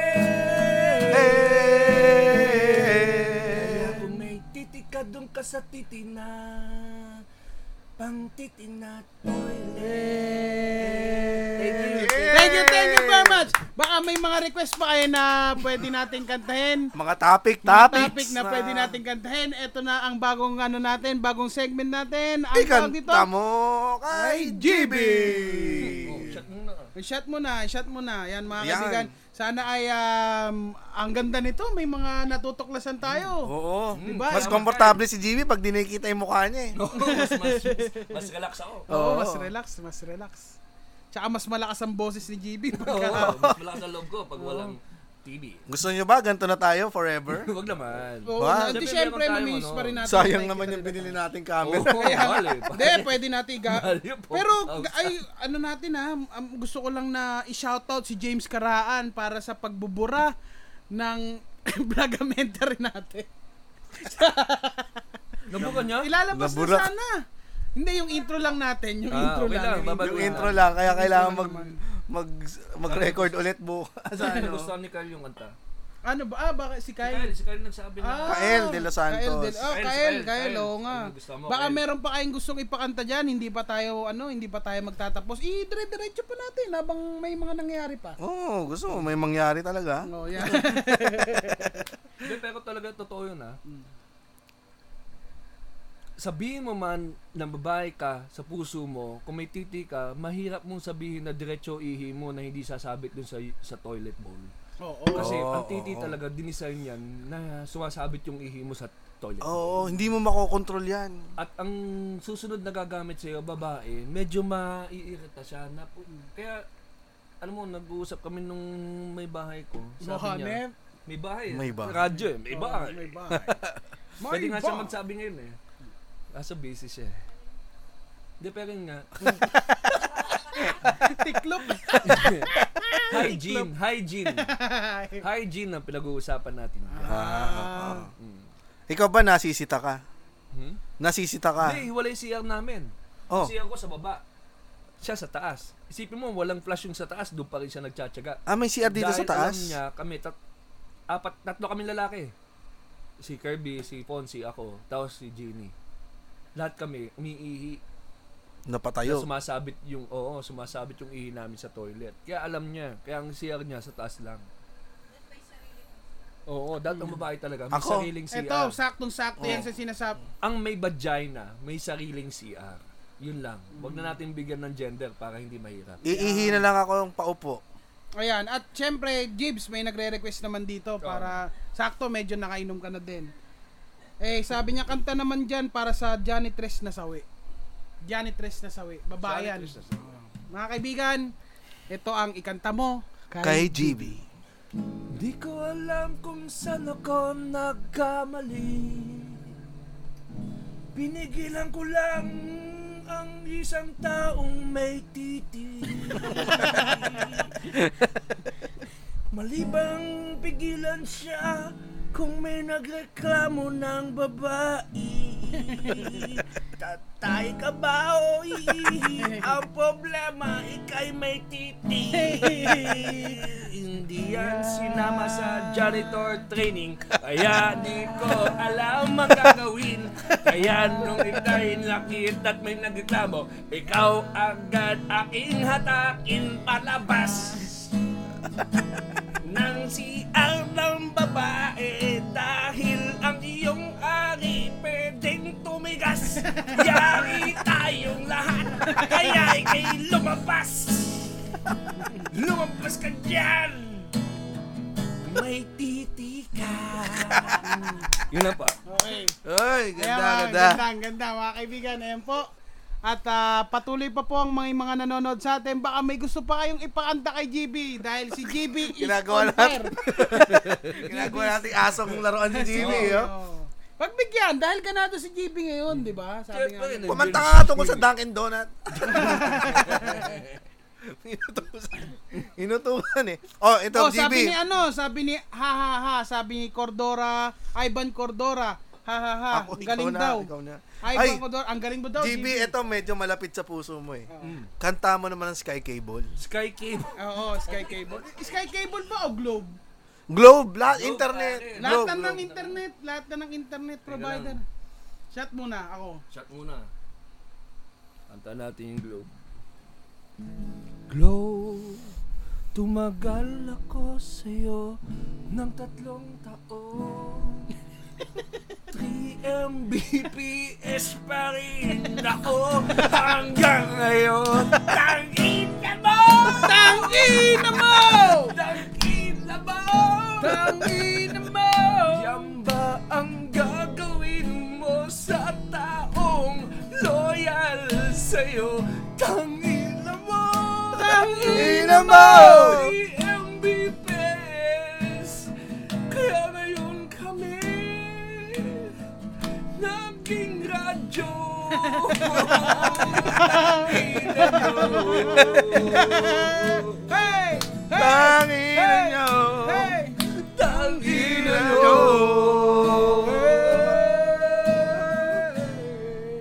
Kaya kung may titi ka, doon ka sa titi na Pang titi na toilet Thank you.
Thank you, thank you very much. Baka may mga request pa kayo na pwede natin kantahin.
Mga topic,
Mga
topics.
topic na pwede natin kantahin. Ito na ang bagong ano natin, bagong segment natin. Ang tawag dito.
Ikanta mo kay GB.
Shot mo na, shot mo na. Yan mga
Yan.
kaibigan. Sana ay um, ang ganda nito, may mga natutuklasan tayo.
Mm. Oo.
Diba?
Mas
Yan.
komportable si GB pag di nakikita yung mukha niya eh.
mas, mas, mas relax ako
Oo, mas relax, mas relax. Tsaka mas malakas ang boses ni GB.
Oo, mas malakas ang loob ko pag walang TV
Gusto niyo ba? Ganito na tayo forever?
Huwag naman
Oo,
Ba?
na, hindi syempre,
Siyempre, meron tayong
mamimiss
ano.
pa rin natin.
Sayang
Nakikita
naman yung
nila.
binili nating
Oo, eh.
camera.
mali
Hindi, pwede natin iga.
Mali po.
Pero, g- ay, ano natin ha, um, gusto ko lang na i-shoutout si James Karaan para sa pagbubura ng vlogamentary natin.
Nabukan eh. niya?
Ilalabas
Nabura.
na sana. Hindi, yung intro lang natin. Yung
Ah,
intro
okay
lang. yung
lang, babago
Yung
na.
intro lang, kaya kailangan mag,
naman.
mag, mag-record ulit bukas. ano?
Gusto ni Kyle yung kanta
Ano ba? Ah, baka si
Si
Kyle.
Kyle, si Kyle nagsabi na
Ah,
Kael de Los
Kyle
Santos.
de, oh, Kyle,
Kyle, si
Kyle,
Kyle, Kyle.
oo nga.
Ano gusto mo,
Baka
Kyle?
meron pa kayong gustong ipakanta dyan, hindi pa tayo, ano, hindi pa tayo magtatapos. I-dire-diretso pa natin habang may mga nangyayari pa.
Oo, gusto mo. May mangyari talaga.
Ano?
Oh, yeah.
Hindi, pero talaga totoo yun ah. Sabihin mo man na babae ka sa puso mo, kung may titi ka, mahirap mong sabihin na diretso ihi mo na hindi sasabit dun sa, sa toilet bowl.
Oo.
Kasi
Oo,
ang titi
oo.
talaga dinisign yan na sumasabit yung ihi mo sa toilet bowl.
Oo, hindi mo makokontrol yan.
At ang susunod na gagamit sa'yo, babae, medyo maiirita siya. Na, kaya, alam mo, nag-uusap kami nung may bahay ko. Sabi niya,
Mohamed.
may bahay. eh.
May bahay.
Radyo eh, may
Oh,
bahay.
May bahay.
Pwede nga siya
bahay.
magsabi ngayon eh. Kaso busy siya eh. Hindi, pero yun nga.
Tiklop.
hygiene, hygiene. hygiene ang pinag-uusapan natin.
Ah, Ikaw ba nasisita ka?
Hmm?
Nasisita ka?
Hindi, hiwalay CR namin.
Oh.
CR ko sa baba. Siya sa taas. Isipin mo, walang flash yung sa taas, doon pa rin siya nagtsatsaga.
Ah, may CR dito sa
Dahil
taas?
alam niya, kami, tat apat, tatlo kami lalaki. Si Kirby, si Fonzie, ako, tapos si Ginny. Lahat kami, umiihi.
Napatayo.
Na sumasabit yung, oo, sumasabit yung ihi namin sa toilet. Kaya alam niya, kaya ang CR niya sa taas lang. Oo, dahil ang babae talaga, may
Ako?
sariling CR.
Ito, saktong-sakto
oh.
yan sa sinasabi.
ang may vagina, may sariling CR. Yun lang. Huwag na natin bigyan ng gender para hindi mahirap.
Iihi na lang ako yung paupo.
Ayan, at syempre, Jibs, may nagre-request naman dito para sakto medyo nakainom ka na din. Eh, sabi niya, kanta naman dyan para sa janitress na sawi. Janitress na sawi. Babae yan.
Janitress na sawi.
Mga kaibigan, ito ang ikanta mo
Kay GB.
Di ko alam kung saan ako nagkamali Pinigilan ko lang ang isang taong may titi Mali bang pigilan siya kung may nagreklamo ng babae?
Tatay ka ba o iihi? Ang problema, ikay may titi. Hindi yan sinama sa janitor training. Kaya di ko alam ang gagawin. Kaya nung ikay nakit at may nagreklamo, ikaw agad aking hatakin palabas ng CR ng babae dahil ang iyong ari pwedeng tumigas. Yari tayong lahat, kaya ikay lumabas. Lumabas ka dyan! May titi ka.
Yun na pa.
Okay. Ayan,
Ay, ganda,
mga,
ganda.
ganda, ang ganda, mga kaibigan. Ayan po. At ah, patuloy pa po ang mga, mga nanonood sa atin. Baka may gusto pa kayong ipakanta kay GB dahil si GB is on
Ginagawa
fire.
Ginagawa natin aso kong laruan ni Jimmy, oh.
Oo. Pagbigyan, dahil ganado si GB ngayon, di ba? Sabi nga.
Siyempre,
nila.
Kumanta ka nga tungkol sa Dunkin' Donut. Inutusan. Inutusan eh. Oh, ito,
Oh,
GB.
sabi ni ano, sabi ni ha ha ha, sabi ni Cordora, Ivan Cordora. Ha ha ha, ang
Ako,
"Ah,
ikaw
galing
na,
daw.
ikaw na.
Ivan
Ay,
Cordora, ang galing mo daw.
GB, ito medyo malapit sa puso mo eh. Kanta mo naman ng Sky Cable.
Sky Cave.
Oo, Sky Cable. Sky Cable ba o Globe?
Globe, lahat, internet.
pare.
Lahat
Globe,
na ng
globe.
internet, lahat na ng internet provider. Shut muna ako.
Shot muna. Kanta natin yung globe. Globe, tumagal ako sa'yo ng tatlong taon. 3 Mbps pa rin ako hanggang ngayon.
Tangita mo!
Tangina mo!
Tangita mo!
Tangina mo!
Yan ba ang gagawin mo sa taong loyal sa'yo? Tangina mo!
Tangina mo!
3 Mbps Kaya ngayon kami Naging radyo Tangina mo
Hey! Hey!
Tangina
Hey!
nyo.
Hey!
Tangina
Tangina
mo
nyo.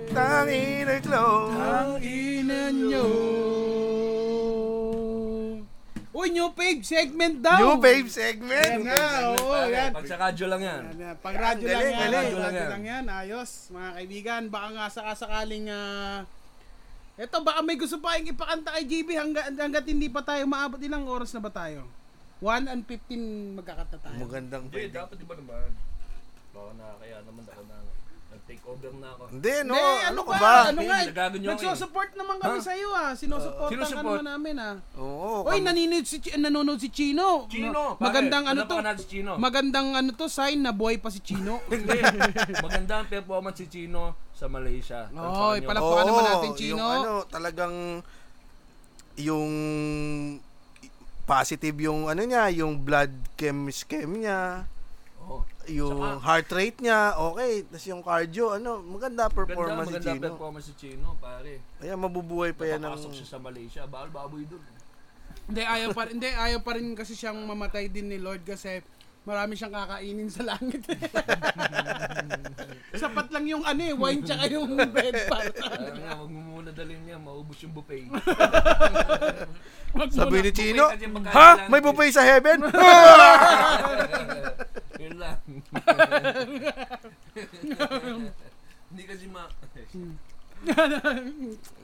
Tangina globe.
Ang ina nyo! Uy, new page segment daw!
New babe
Yan
segment.
na, oo, yan.
Pag sa radyo lang yan.
Yan, yan. Pag radyo
Galing,
lang yan,
galing.
radyo
Radyo
lang
lang
yan. Ayos, mga kaibigan. Baka nga sakasakaling, ah, eto, baka may gusto pa kayong ipakanta kay JB hangga, hanggat hindi pa tayo maabot. Ilang oras na ba tayo? 1 and 15 magkakanta tayo.
Magandang
Hindi,
pwede.
ah.
dapat di ba naman? Baka na kaya naman ako na nag-take over na ako.
Hindi, no.
Hindi,
ano ka ba?
Ano nga, eh,
Nagaganon nyo ako eh.
nagsusupport naman kami
Ha?
sa iyo ah. Sinusuportan ka
Sinusupport?
naman namin ah.
Oo.
Oy,
kam-
nanonood si Chi- nanonood si Chino.
Chino,
Na- magandang
pare.
ano to?
Wala pa ka si Chino.
Magandang ano to sign na boy pa si Chino.
Hindi. Maganda ang performance si Chino sa Malaysia.
Oy, palakpakan
Palakpakan
naman
Oo,
natin Chino.
Yung ano, talagang yung positive yung ano niya, yung blood chem chem niya,
niyo. Oo.
yung
Saka-
heart rate niya, okay. Tapos yung cardio, ano, maganda
Ganda,
performance si
maganda
Chino.
performance si Chino, pare.
Kaya mabubuhay pa yan ng...
Napapasok siya sa Malaysia. Bawal baboy doon.
Hindi ayaw pa hindi ayaw pa rin kasi siyang mamatay din ni Lord kasi marami siyang kakainin sa langit. Sapat lang yung ano eh, wine tsaka yung bread para.
Kaya nga, huwag mo muna dalhin niya. Maubos yung buffet.
Wag muna.
Sabi ni Chino,
kasi pagkain
ha?
lang
May
eh."
buffet sa heaven?
Yun lang. Hindi kasi ma...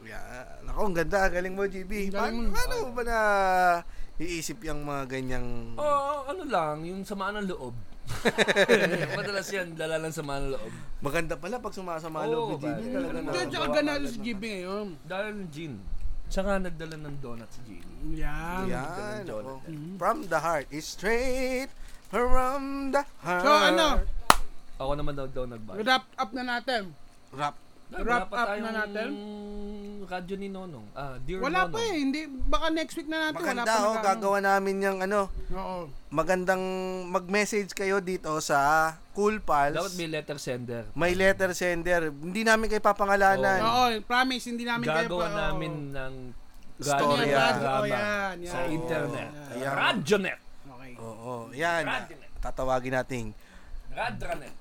yeah. Ako, ang ganda. Galing mo, GB. Paano, paano mo ano ba na iisip yung mga ganyang...
Oo, ano lang, yung samaan ng loob. Madalas yan, dala lang samaan ng loob.
Maganda pala pag sumasama
Oo,
loob ni GB.
pare.
Talaga
Ano
Hindi,
na.
tsaka ganado si GB ngayon.
Dala ng gin. Tsaka nagdala ng donut si Jenny.
Yan.
Yan.
Jonathan.
ako. From the heart. It's straight from the heart.
So ano,
Ako naman daw daw nagbayad.
wrap up na natin.
Rap.
wrap up na natin?
Radyo ni Nonong. Ah, Dear
Wala
Nonong.
pa eh, hindi baka next week na natin Ano wala
Maganda
pa
oh,
nag-
gagawa namin yung ano,
Oo.
magandang mag-message kayo dito sa Cool Pals.
Dapat may letter sender.
May letter sender. Hindi namin kayo papangalanan.
Oo, promise hindi namin
Gagawa
oo.
namin ng
Storya.
radyo
Yan,
oh,
drama
yan,
sa
yan.
internet.
Ayan.
Radyonet.
Okay.
Oo, yan.
Radyonet.
Tatawagin natin.
Radranet.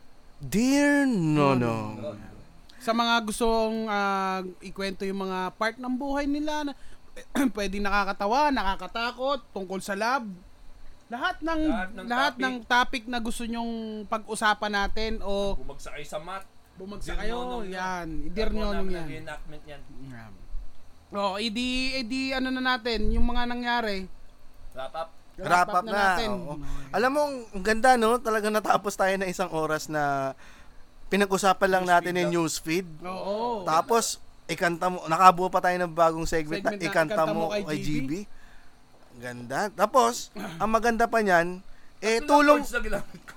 Dear Nono,
sa mga gustong ah, ikwento yung mga part ng buhay nila na pwedeng nakakatawa, nakakatakot, tungkol sa lab. Lahat ng lahat
Lahat
ng,
ng
topic. na gusto nyong pag-usapan natin o
Bumagsak kayo sa mat.
bumagsak
Dear
kayo,
Nonong
oh, yan, dear
Gagawa
nonong
namin
yan.
ng reenactment yan.
Yan. Oo, edi edi ano na natin yung mga nangyari.
Wrap up.
Wrap up na. oo. Alam mo, ang- ang ganda no, talaga natapos tayo na isang oras na pinag-usapan lang natin yung newsfeed.
Oo.
Tapos, ikanta mo, nakabuo pa tayo ng bagong segment, na
Segment na
ikanta, mo kay GB. Ganda. Tapos, ang maganda pa niyan, eh tulong,
Words na ginamit ko.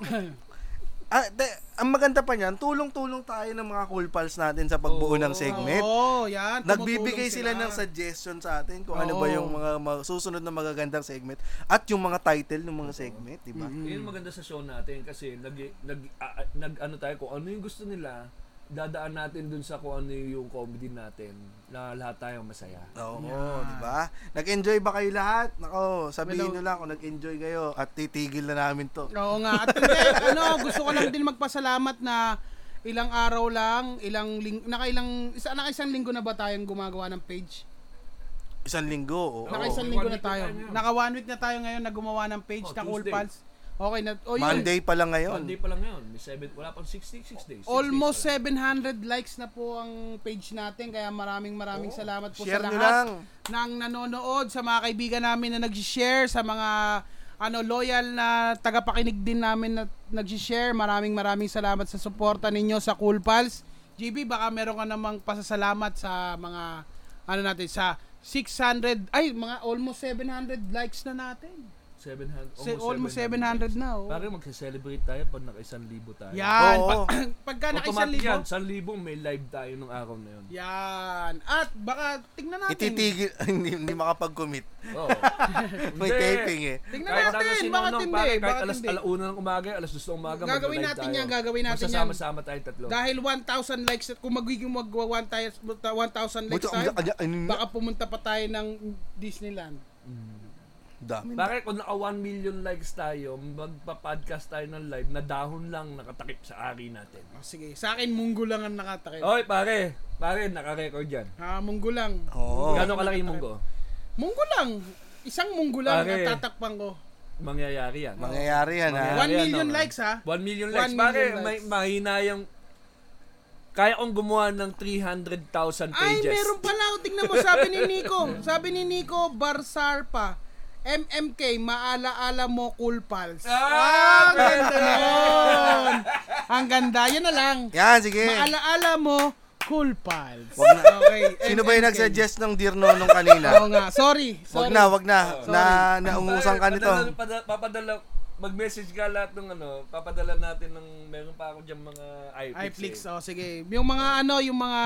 ah, de- ang maganda pa niyan, tulong-tulong tayo ng mga cool pals natin sa pagbuo ng segment.
Oo, yan.
Nagbibigay
Tumutulong
sila ng suggestion sa atin kung ano
Oo.
ba yung mga ma- susunod na magagandang segment at yung mga title ng mga segment, di
Mm-hmm.
ba?
Mm.
Yun yung maganda sa show natin kasi nag, nag, a- a- nag ano tayo kung ano yung gusto nila, dadaan natin dun sa kung ano yung comedy natin na lahat tayo masaya.
Oo, di ba? Nag-enjoy ba kayo lahat? Nako,
Wala-
sabihin nyo lang kung nag-enjoy kayo at titigil na namin to.
Oo nga. At hindi, ano, gusto ko lang din magpasalamat na ilang araw lang, ilang ling nakailang isa nakaisang linggo na ba tayong gumagawa ng page?
Isang linggo, oo.
one
Nakaisang linggo na
week na
tayo.
tayo.
Naka one week na tayo ngayon na gumawa ng page
Oh,
na Cool
Tuesday.
Pals. Okay na. Oh, yun.
Monday pa lang ngayon.
Monday pa lang ngayon, may seven, wala pang 66 days. six
Almost
days
700 likes na po ang page natin kaya maraming maraming
Oh,
salamat po
Share
sa
nyo
lahat
lang.
ng nanonood sa mga kaibigan namin na nag-share sa mga ano loyal na tagapakinig din namin na nag-share. Maraming maraming salamat sa suporta ninyo sa Cool Pals. JB, baka meron ka namang pasasalamat sa mga ano natin sa 600 ay mga almost 700 likes na natin.
pa lang. 700,
Sa- almost 700 na oh.
Parang magse-celebrate tayo pag naka-1,000 tayo.
Yan.
Oo.
Pag- pagka naka
Automatic yan,
1,000.
1,000 may live tayo nung araw na yun.
Yan. At baka tingnan natin.
Ititigil, hindi, hindi makapag-commit.
Oo.
May
Hindi.
taping eh.
Tingnan
Kahit
natin,
ano si
bakit
Nonong,
hindi?
pare, Kahit
Bakit
alas
hindi?
alauna ng umaga, alas gusto ng umaga,
Gagawin
magla-live
natin
tayo.
yan, gagawin natin yan.
Magsasama-sama tayo tatlo.
Dahil 1,000 likes, at kung magiging magwa 1,000 likes
Buto,
tayo,
ang- ang- ang-
baka pumunta pa tayo ng Disneyland.
dami.
Bakit kung naka 1 million likes tayo, magpa-podcast tayo ng live na dahon lang nakatakip sa ari natin.
Oh, sige, sa akin munggo lang ang nakatakip.
Oy, pare. Pare, naka-record yan.
Ha, munggo lang.
Oo.
Gano'ng kalaki yung munggo?
Munggo lang. Isang munggo lang ang
Pare.
tatakpan ko.
Mangyayari yan. 1
Mangyayari yan ha.
Mangyayari.
1 million
no, no.
likes ha.
million
One
likes. Pare,
million
may
likes.
mahina yung... Kaya kong gumawa ng 300,000
Ay,
pages.
meron pala. O, Tingnan mo, sabi ni Nico. Sabi ni Nico, Barsar pa. MMK, maalaala mo cool pals. Ah, ganda nun. Ang ganda. Yan na lang.
Yan, sige.
Maalaala mo cool pals.
Wag na.
Okay.
Sino ba yung
MMK?
nagsuggest ng Dear Nonong kanina?
Oo nga. Sorry. Oh, Sorry. Oh,
Wag na, wag na. Na, naungusan ka nito.
Papadala, pada- papadala, mag-message ka lahat ng ano, papadala natin ng, meron pa ako dyan mga iFlix.
Ay, Flix.
eh.
Oh, sige. Yung mga ano, yung mga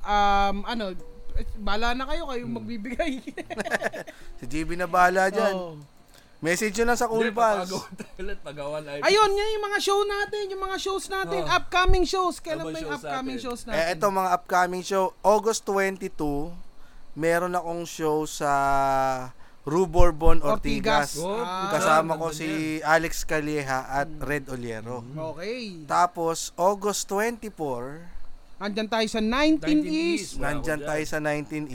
um, ano, eh, bala na kayo. Kayo
Hmm.
magbibigay.
Si JB na bahala dyan.
Oo.
Message nyo lang sa Cool
Hindi,
Pals.
papagawa tayo lahat, pagawan iFlix.
Ayun, yun yung mga show natin, yung mga shows natin,
Oh.
upcoming shows. Kailan
Ano ba
ba yung
shows
upcoming
natin?
shows natin?
Eh, ito mga upcoming show. August 22, meron akong show sa Ruborbon Ortigas.
Ortigas. Ah. Hmm.
Kasama ko si Alex Calieja at Red Oliero.
Okay.
Tapos, August 24,
Andyan tayo sa 19,
19
East.
Wala
nandyan
ako
tayo
dyan.
sa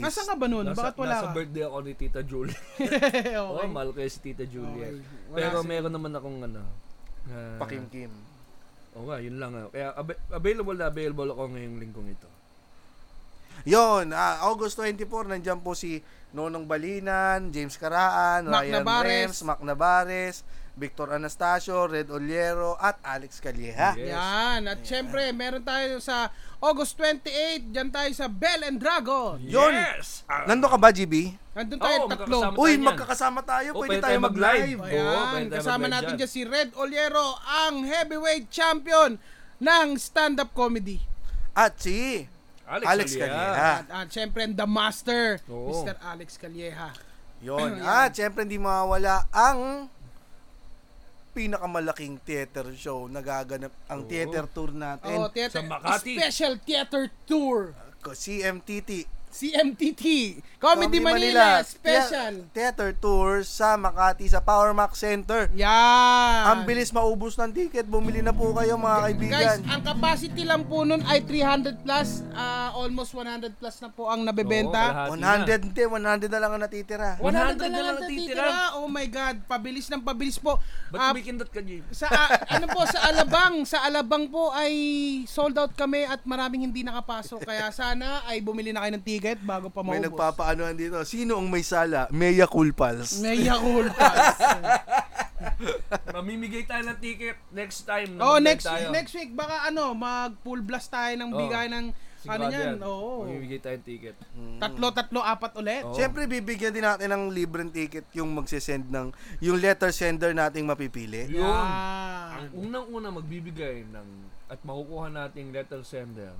19 East.
Nasaan ka ba nun?
Nasa,
Bakit wala
nasa
ka?
birthday ako ni Tita Julie.
okay.
Oo, mahal ko yun si Tita Julia.
Okay. Wala
Pero
si-
meron naman akong ano. ah,
Pakimkim.
Oo nga, yun lang. ah. Kaya ab- available na available ako ngayong linggong ito.
Yun, ah, August 24, nandyan po si Nonong Balinan, James Caraan,
Mac
Ryan
Navarez.
Rems, Mac Navares, Victor Anastasio, Red Oliero, at Alex Calieja.
Yes.
Yan. At syempre, meron tayo sa August 28, dyan tayo sa Bell and Dragon.
Yun!
Yes! Ah,
Nando ka ba, GB?
Nandun tayo
Oo,
tatlo.
magkakasama
Uy,
tayo niyan.
magkakasama tayo.
Oh,
pwede, tayo mag-live.
mag-live. Oo,
Ayan,
pwede tayo
kasama
mag-live
natin
dyan.
dyan si Red Oliero, ang heavyweight champion ng stand-up comedy.
At si Alex, Calieja.
At, at syempre, the master,
Oo.
Mr. Alex Calieja.
Yun. At syempre hindi mawawala ang pinakamalaking theater show na gaganap ang theater tour natin.
Oh, theater,
Sa Makati.
Special theater tour.
CMTT
CMTT, Comedy, Manila, special.
Thea- Theater tour sa Makati sa Power Max Center.
Yan.
Ang bilis maubos ng ticket. Bumili na po kayo mga kaibigan.
Guys, ang capacity lang po nun ay 300 plus, ah, almost 100 plus na po ang nabebenta.
100 hindi, 100 na lang ang natitira.
100 na lang ang
natitira. Oh my God, pabilis ng pabilis po. Ah,
Ba't kumikindot ka, Jim?
sa ah, ano po sa Alabang, sa Alabang po ay sold out kami at maraming hindi nakapasok. Kaya sana ay bumili na kayo ng ticket bago pa maubos.
May nagpapaanoan dito. Sino ang may sala? Mea Culpals.
May Yakult Pass.
Mamimigay tayo ng ticket next time.
oh,
Nag-vlog
next
tayo.
next week baka ano, mag full blast tayo ng
Oh.
bigay ng ano
Sigurado
niyan.
yan.
Oo.
Mamimigay tayo ng ticket.
Tatlo, tatlo, apat ulit.
Oo.
Oh. Siyempre, bibigyan din natin ng libreng ticket yung magsisend ng, yung letter sender nating mapipili.
Yun.
Ah.
Ang unang-una magbibigay ng at makukuha nating letter sender,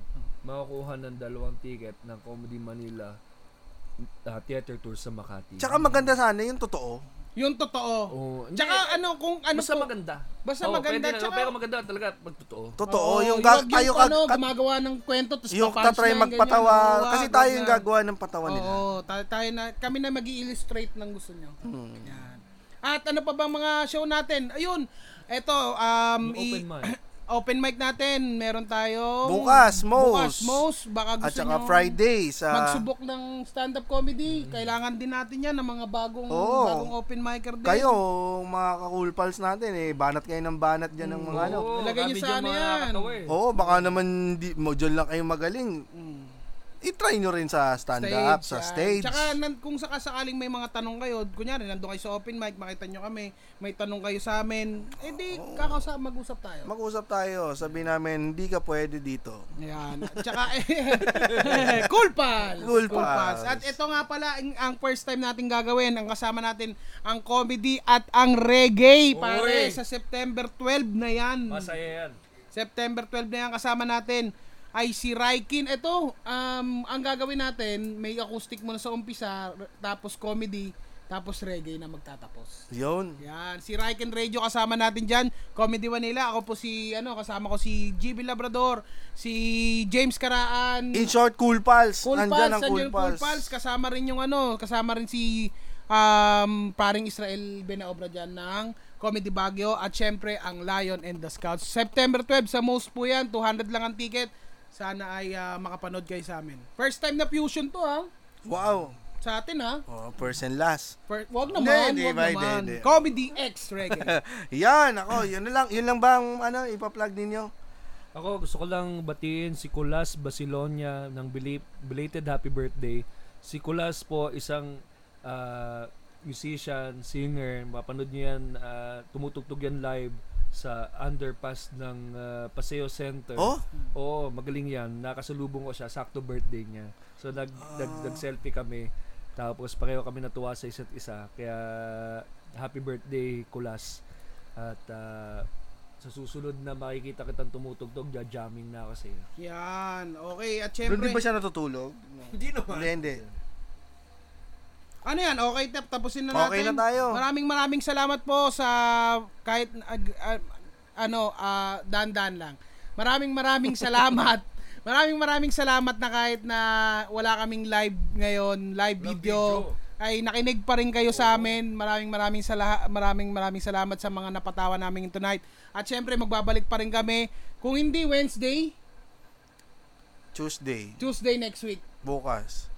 makukuha ng dalawang ticket ng Comedy Manila uh, theater tour sa Makati.
Tsaka maganda sana yung totoo.
Yung totoo.
oh, hindi,
Tsaka ano kung ano
basta
po,
maganda.
basta
Oo,
maganda,
pwede na,
tsaka-
pero maganda talaga magtotoo.
Totoo.
Oo,
yung ga-
yung
tayo
kung ano,
ka-
gumagawa ng kwento tapos
yung
papunchline,
tatry
ganyan,
magpatawa.
gumawa,
kasi tayo yung
ganyan.
gagawa ng patawa nila.
Oo, ta- tayo na, kami na mag illustrate ng gusto nyo.
Hmm.
Yan. At ano pa bang mga show natin? Ayun, eto, um,
Yung open
i-
mic.
open mic natin, meron tayo.
Bukas, Mo's.
Bukas, Mo's. Baka gusto
At saka
nyo
Friday ah. sa...
magsubok ng stand-up comedy. Kailangan din natin yan ng mga bagong,
Oo.
bagong open micer din.
Kayo, mga ka-cool pals natin eh, banat kayo ng banat dyan ng
Mm.
mga ano.
Oo,
Ilagay niyo
kami
sa
dyan
ano
mga
yan.
katawa eh.
Oo, baka naman di, mo dyan lang kayo magaling. I-try nyo rin sa stand-up, sa
yan.
stage.
Mm. ah. Tsaka nan, kung sakasakaling may mga tanong kayo, kunyari nandun kayo sa open mic, makita nyo kami, may tanong kayo sa amin, eh di
Oh.
kakausa, mag-usap tayo.
Mag-usap tayo, sabi namin, hindi ka pwede dito.
Ayan. At Tsaka, eh, cool pals.
Cool pals.
At ito nga pala, ang, ang first time natin gagawin, ang kasama natin, ang comedy at ang reggae, pare,
Oy.
sa September 12 na yan.
Masaya yan.
September 12 na yan, kasama natin ay si Raikin. Ito, um, ang gagawin natin, may acoustic muna sa umpisa, r- tapos comedy, tapos reggae na magtatapos.
Yun.
Yan, si Raiken Radio kasama natin dyan. Comedy Manila, ako po si, ano, kasama ko si GB Labrador, si James Karaan,
In short, cool pals.
Mm. Cool
Nandyan
Pals,
ang cool,
nandiyan yung Cool Pals, kasama rin yung ano, kasama rin si um, paring Israel Benaobra dyan ng Comedy Baguio at syempre ang Lion and the Scouts. September 12 sa most po yan, 200 lang ang ticket. Sana ay ah, makapanood kayo sa amin. First time na fusion to ha,
Wow.
sa atin ha.
Oh, first and last.
First, wag naman,
Hindi, hindi,
wag
ba, hindi,
naman.
hindi.
Comedy X Reggae.
Yan, ako, yun na lang, yun lang bang ano, ipa-plug ninyo?
Ako, gusto ko lang batiin si Kulas Basilonia ng beli- belated happy birthday. Si Kulas po, isang ah, musician, singer. Mapanood niyo yan, ah, tumutugtog yan live sa underpass ng ah, Paseo Center.
Oh?
Oo, magaling yan. Nakasalubong ko siya, sakto birthday niya. So, nag, nag, nag-selfie kami. Tapos, pareho kami natuwa sa isa't isa. Kaya, happy birthday, Kulas. At, ah, sa susunod na makikita kitang tumutugtog, jamming na ako sa iyo.
Yan, okay. At
Doon di
syempre,
ba siya natutulog?
Hindi naman.
Hindi, hindi.
ano yan, okay, tap, tapusin na
Okay
natin.
na tayo.
Maraming maraming salamat po sa kahit ag- ah, ano, ah, dandan lang. Maraming maraming salamat. maraming maraming salamat na kahit na wala kaming live ngayon, live video, ay nakinig pa rin kayo sa amin. Maraming maraming sala- maraming maraming salamat sa mga napatawa namin tonight. At syempre magbabalik pa rin kami kung hindi Wednesday,
Tuesday,
Tuesday next week.
bukas.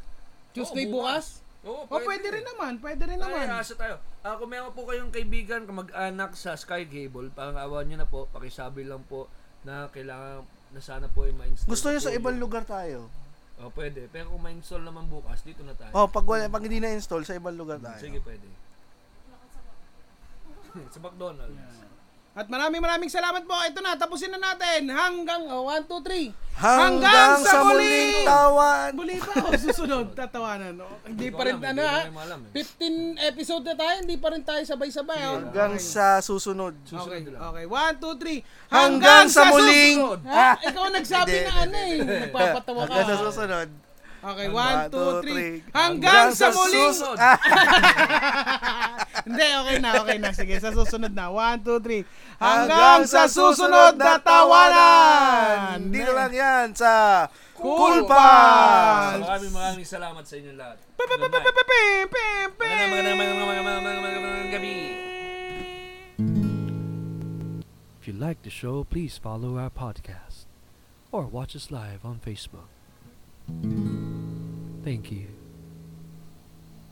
Tuesday
Oo,
bukas.
bukas. Oo,
O pwede rin naman, pwede rin naman.
Ay, asa tayo. Ah, kung meron po kayong kaibigan, kamag-anak sa Sky Cable, parang awan nyo na po, pakisabi lang po na kailangan na sana po yung ma-install.
Gusto
na
nyo
po
sa ibang
yung-
lugar tayo?
Oh, pwede. Pero kung ma-install naman bukas, dito na tayo.
Oh, pag wala, pag hindi na-install sa ibang lugar tayo.
Sige, pwede. sa McDonald's.
At maraming maraming salamat po. Ito na, tapusin na natin. Hanggang, oh, one, two, three.
Hanggang, sa muling tawan.
Muli pa ako susunod, tatawanan. Oh, hindi
ko
pa rin, ano
alam, hindi ko
ha,
rin alam, eh.
15 episode na tayo, hindi pa rin tayo sabay-sabay. oh.
Hanggang sa susunod.
Okay,
Susunod lang.
okay. One, two, three.
Hanggang sa muling- Ah.
susunod. Ha? Ikaw ang nagsabi
Hindi,
na ano eh. Nagpapatawa ka.
Hanggang sa susunod.
Okay, one,
One,
two,
two,
three.
three.
Hanggang sa muling
susunod.
Hindi, okay na, okay na. Sige, sa susunod na. One, two, three.
Hanggang sa susunod na tawanan. Dito lang yan sa Cool Pals!
Maraming maraming salamat sa inyo lahat.
Pim, pim, pim.
Magandang magandang magandang magandang magandang magandang gabi.
If you like the show, please follow our podcast or watch us live on Facebook. Thank you.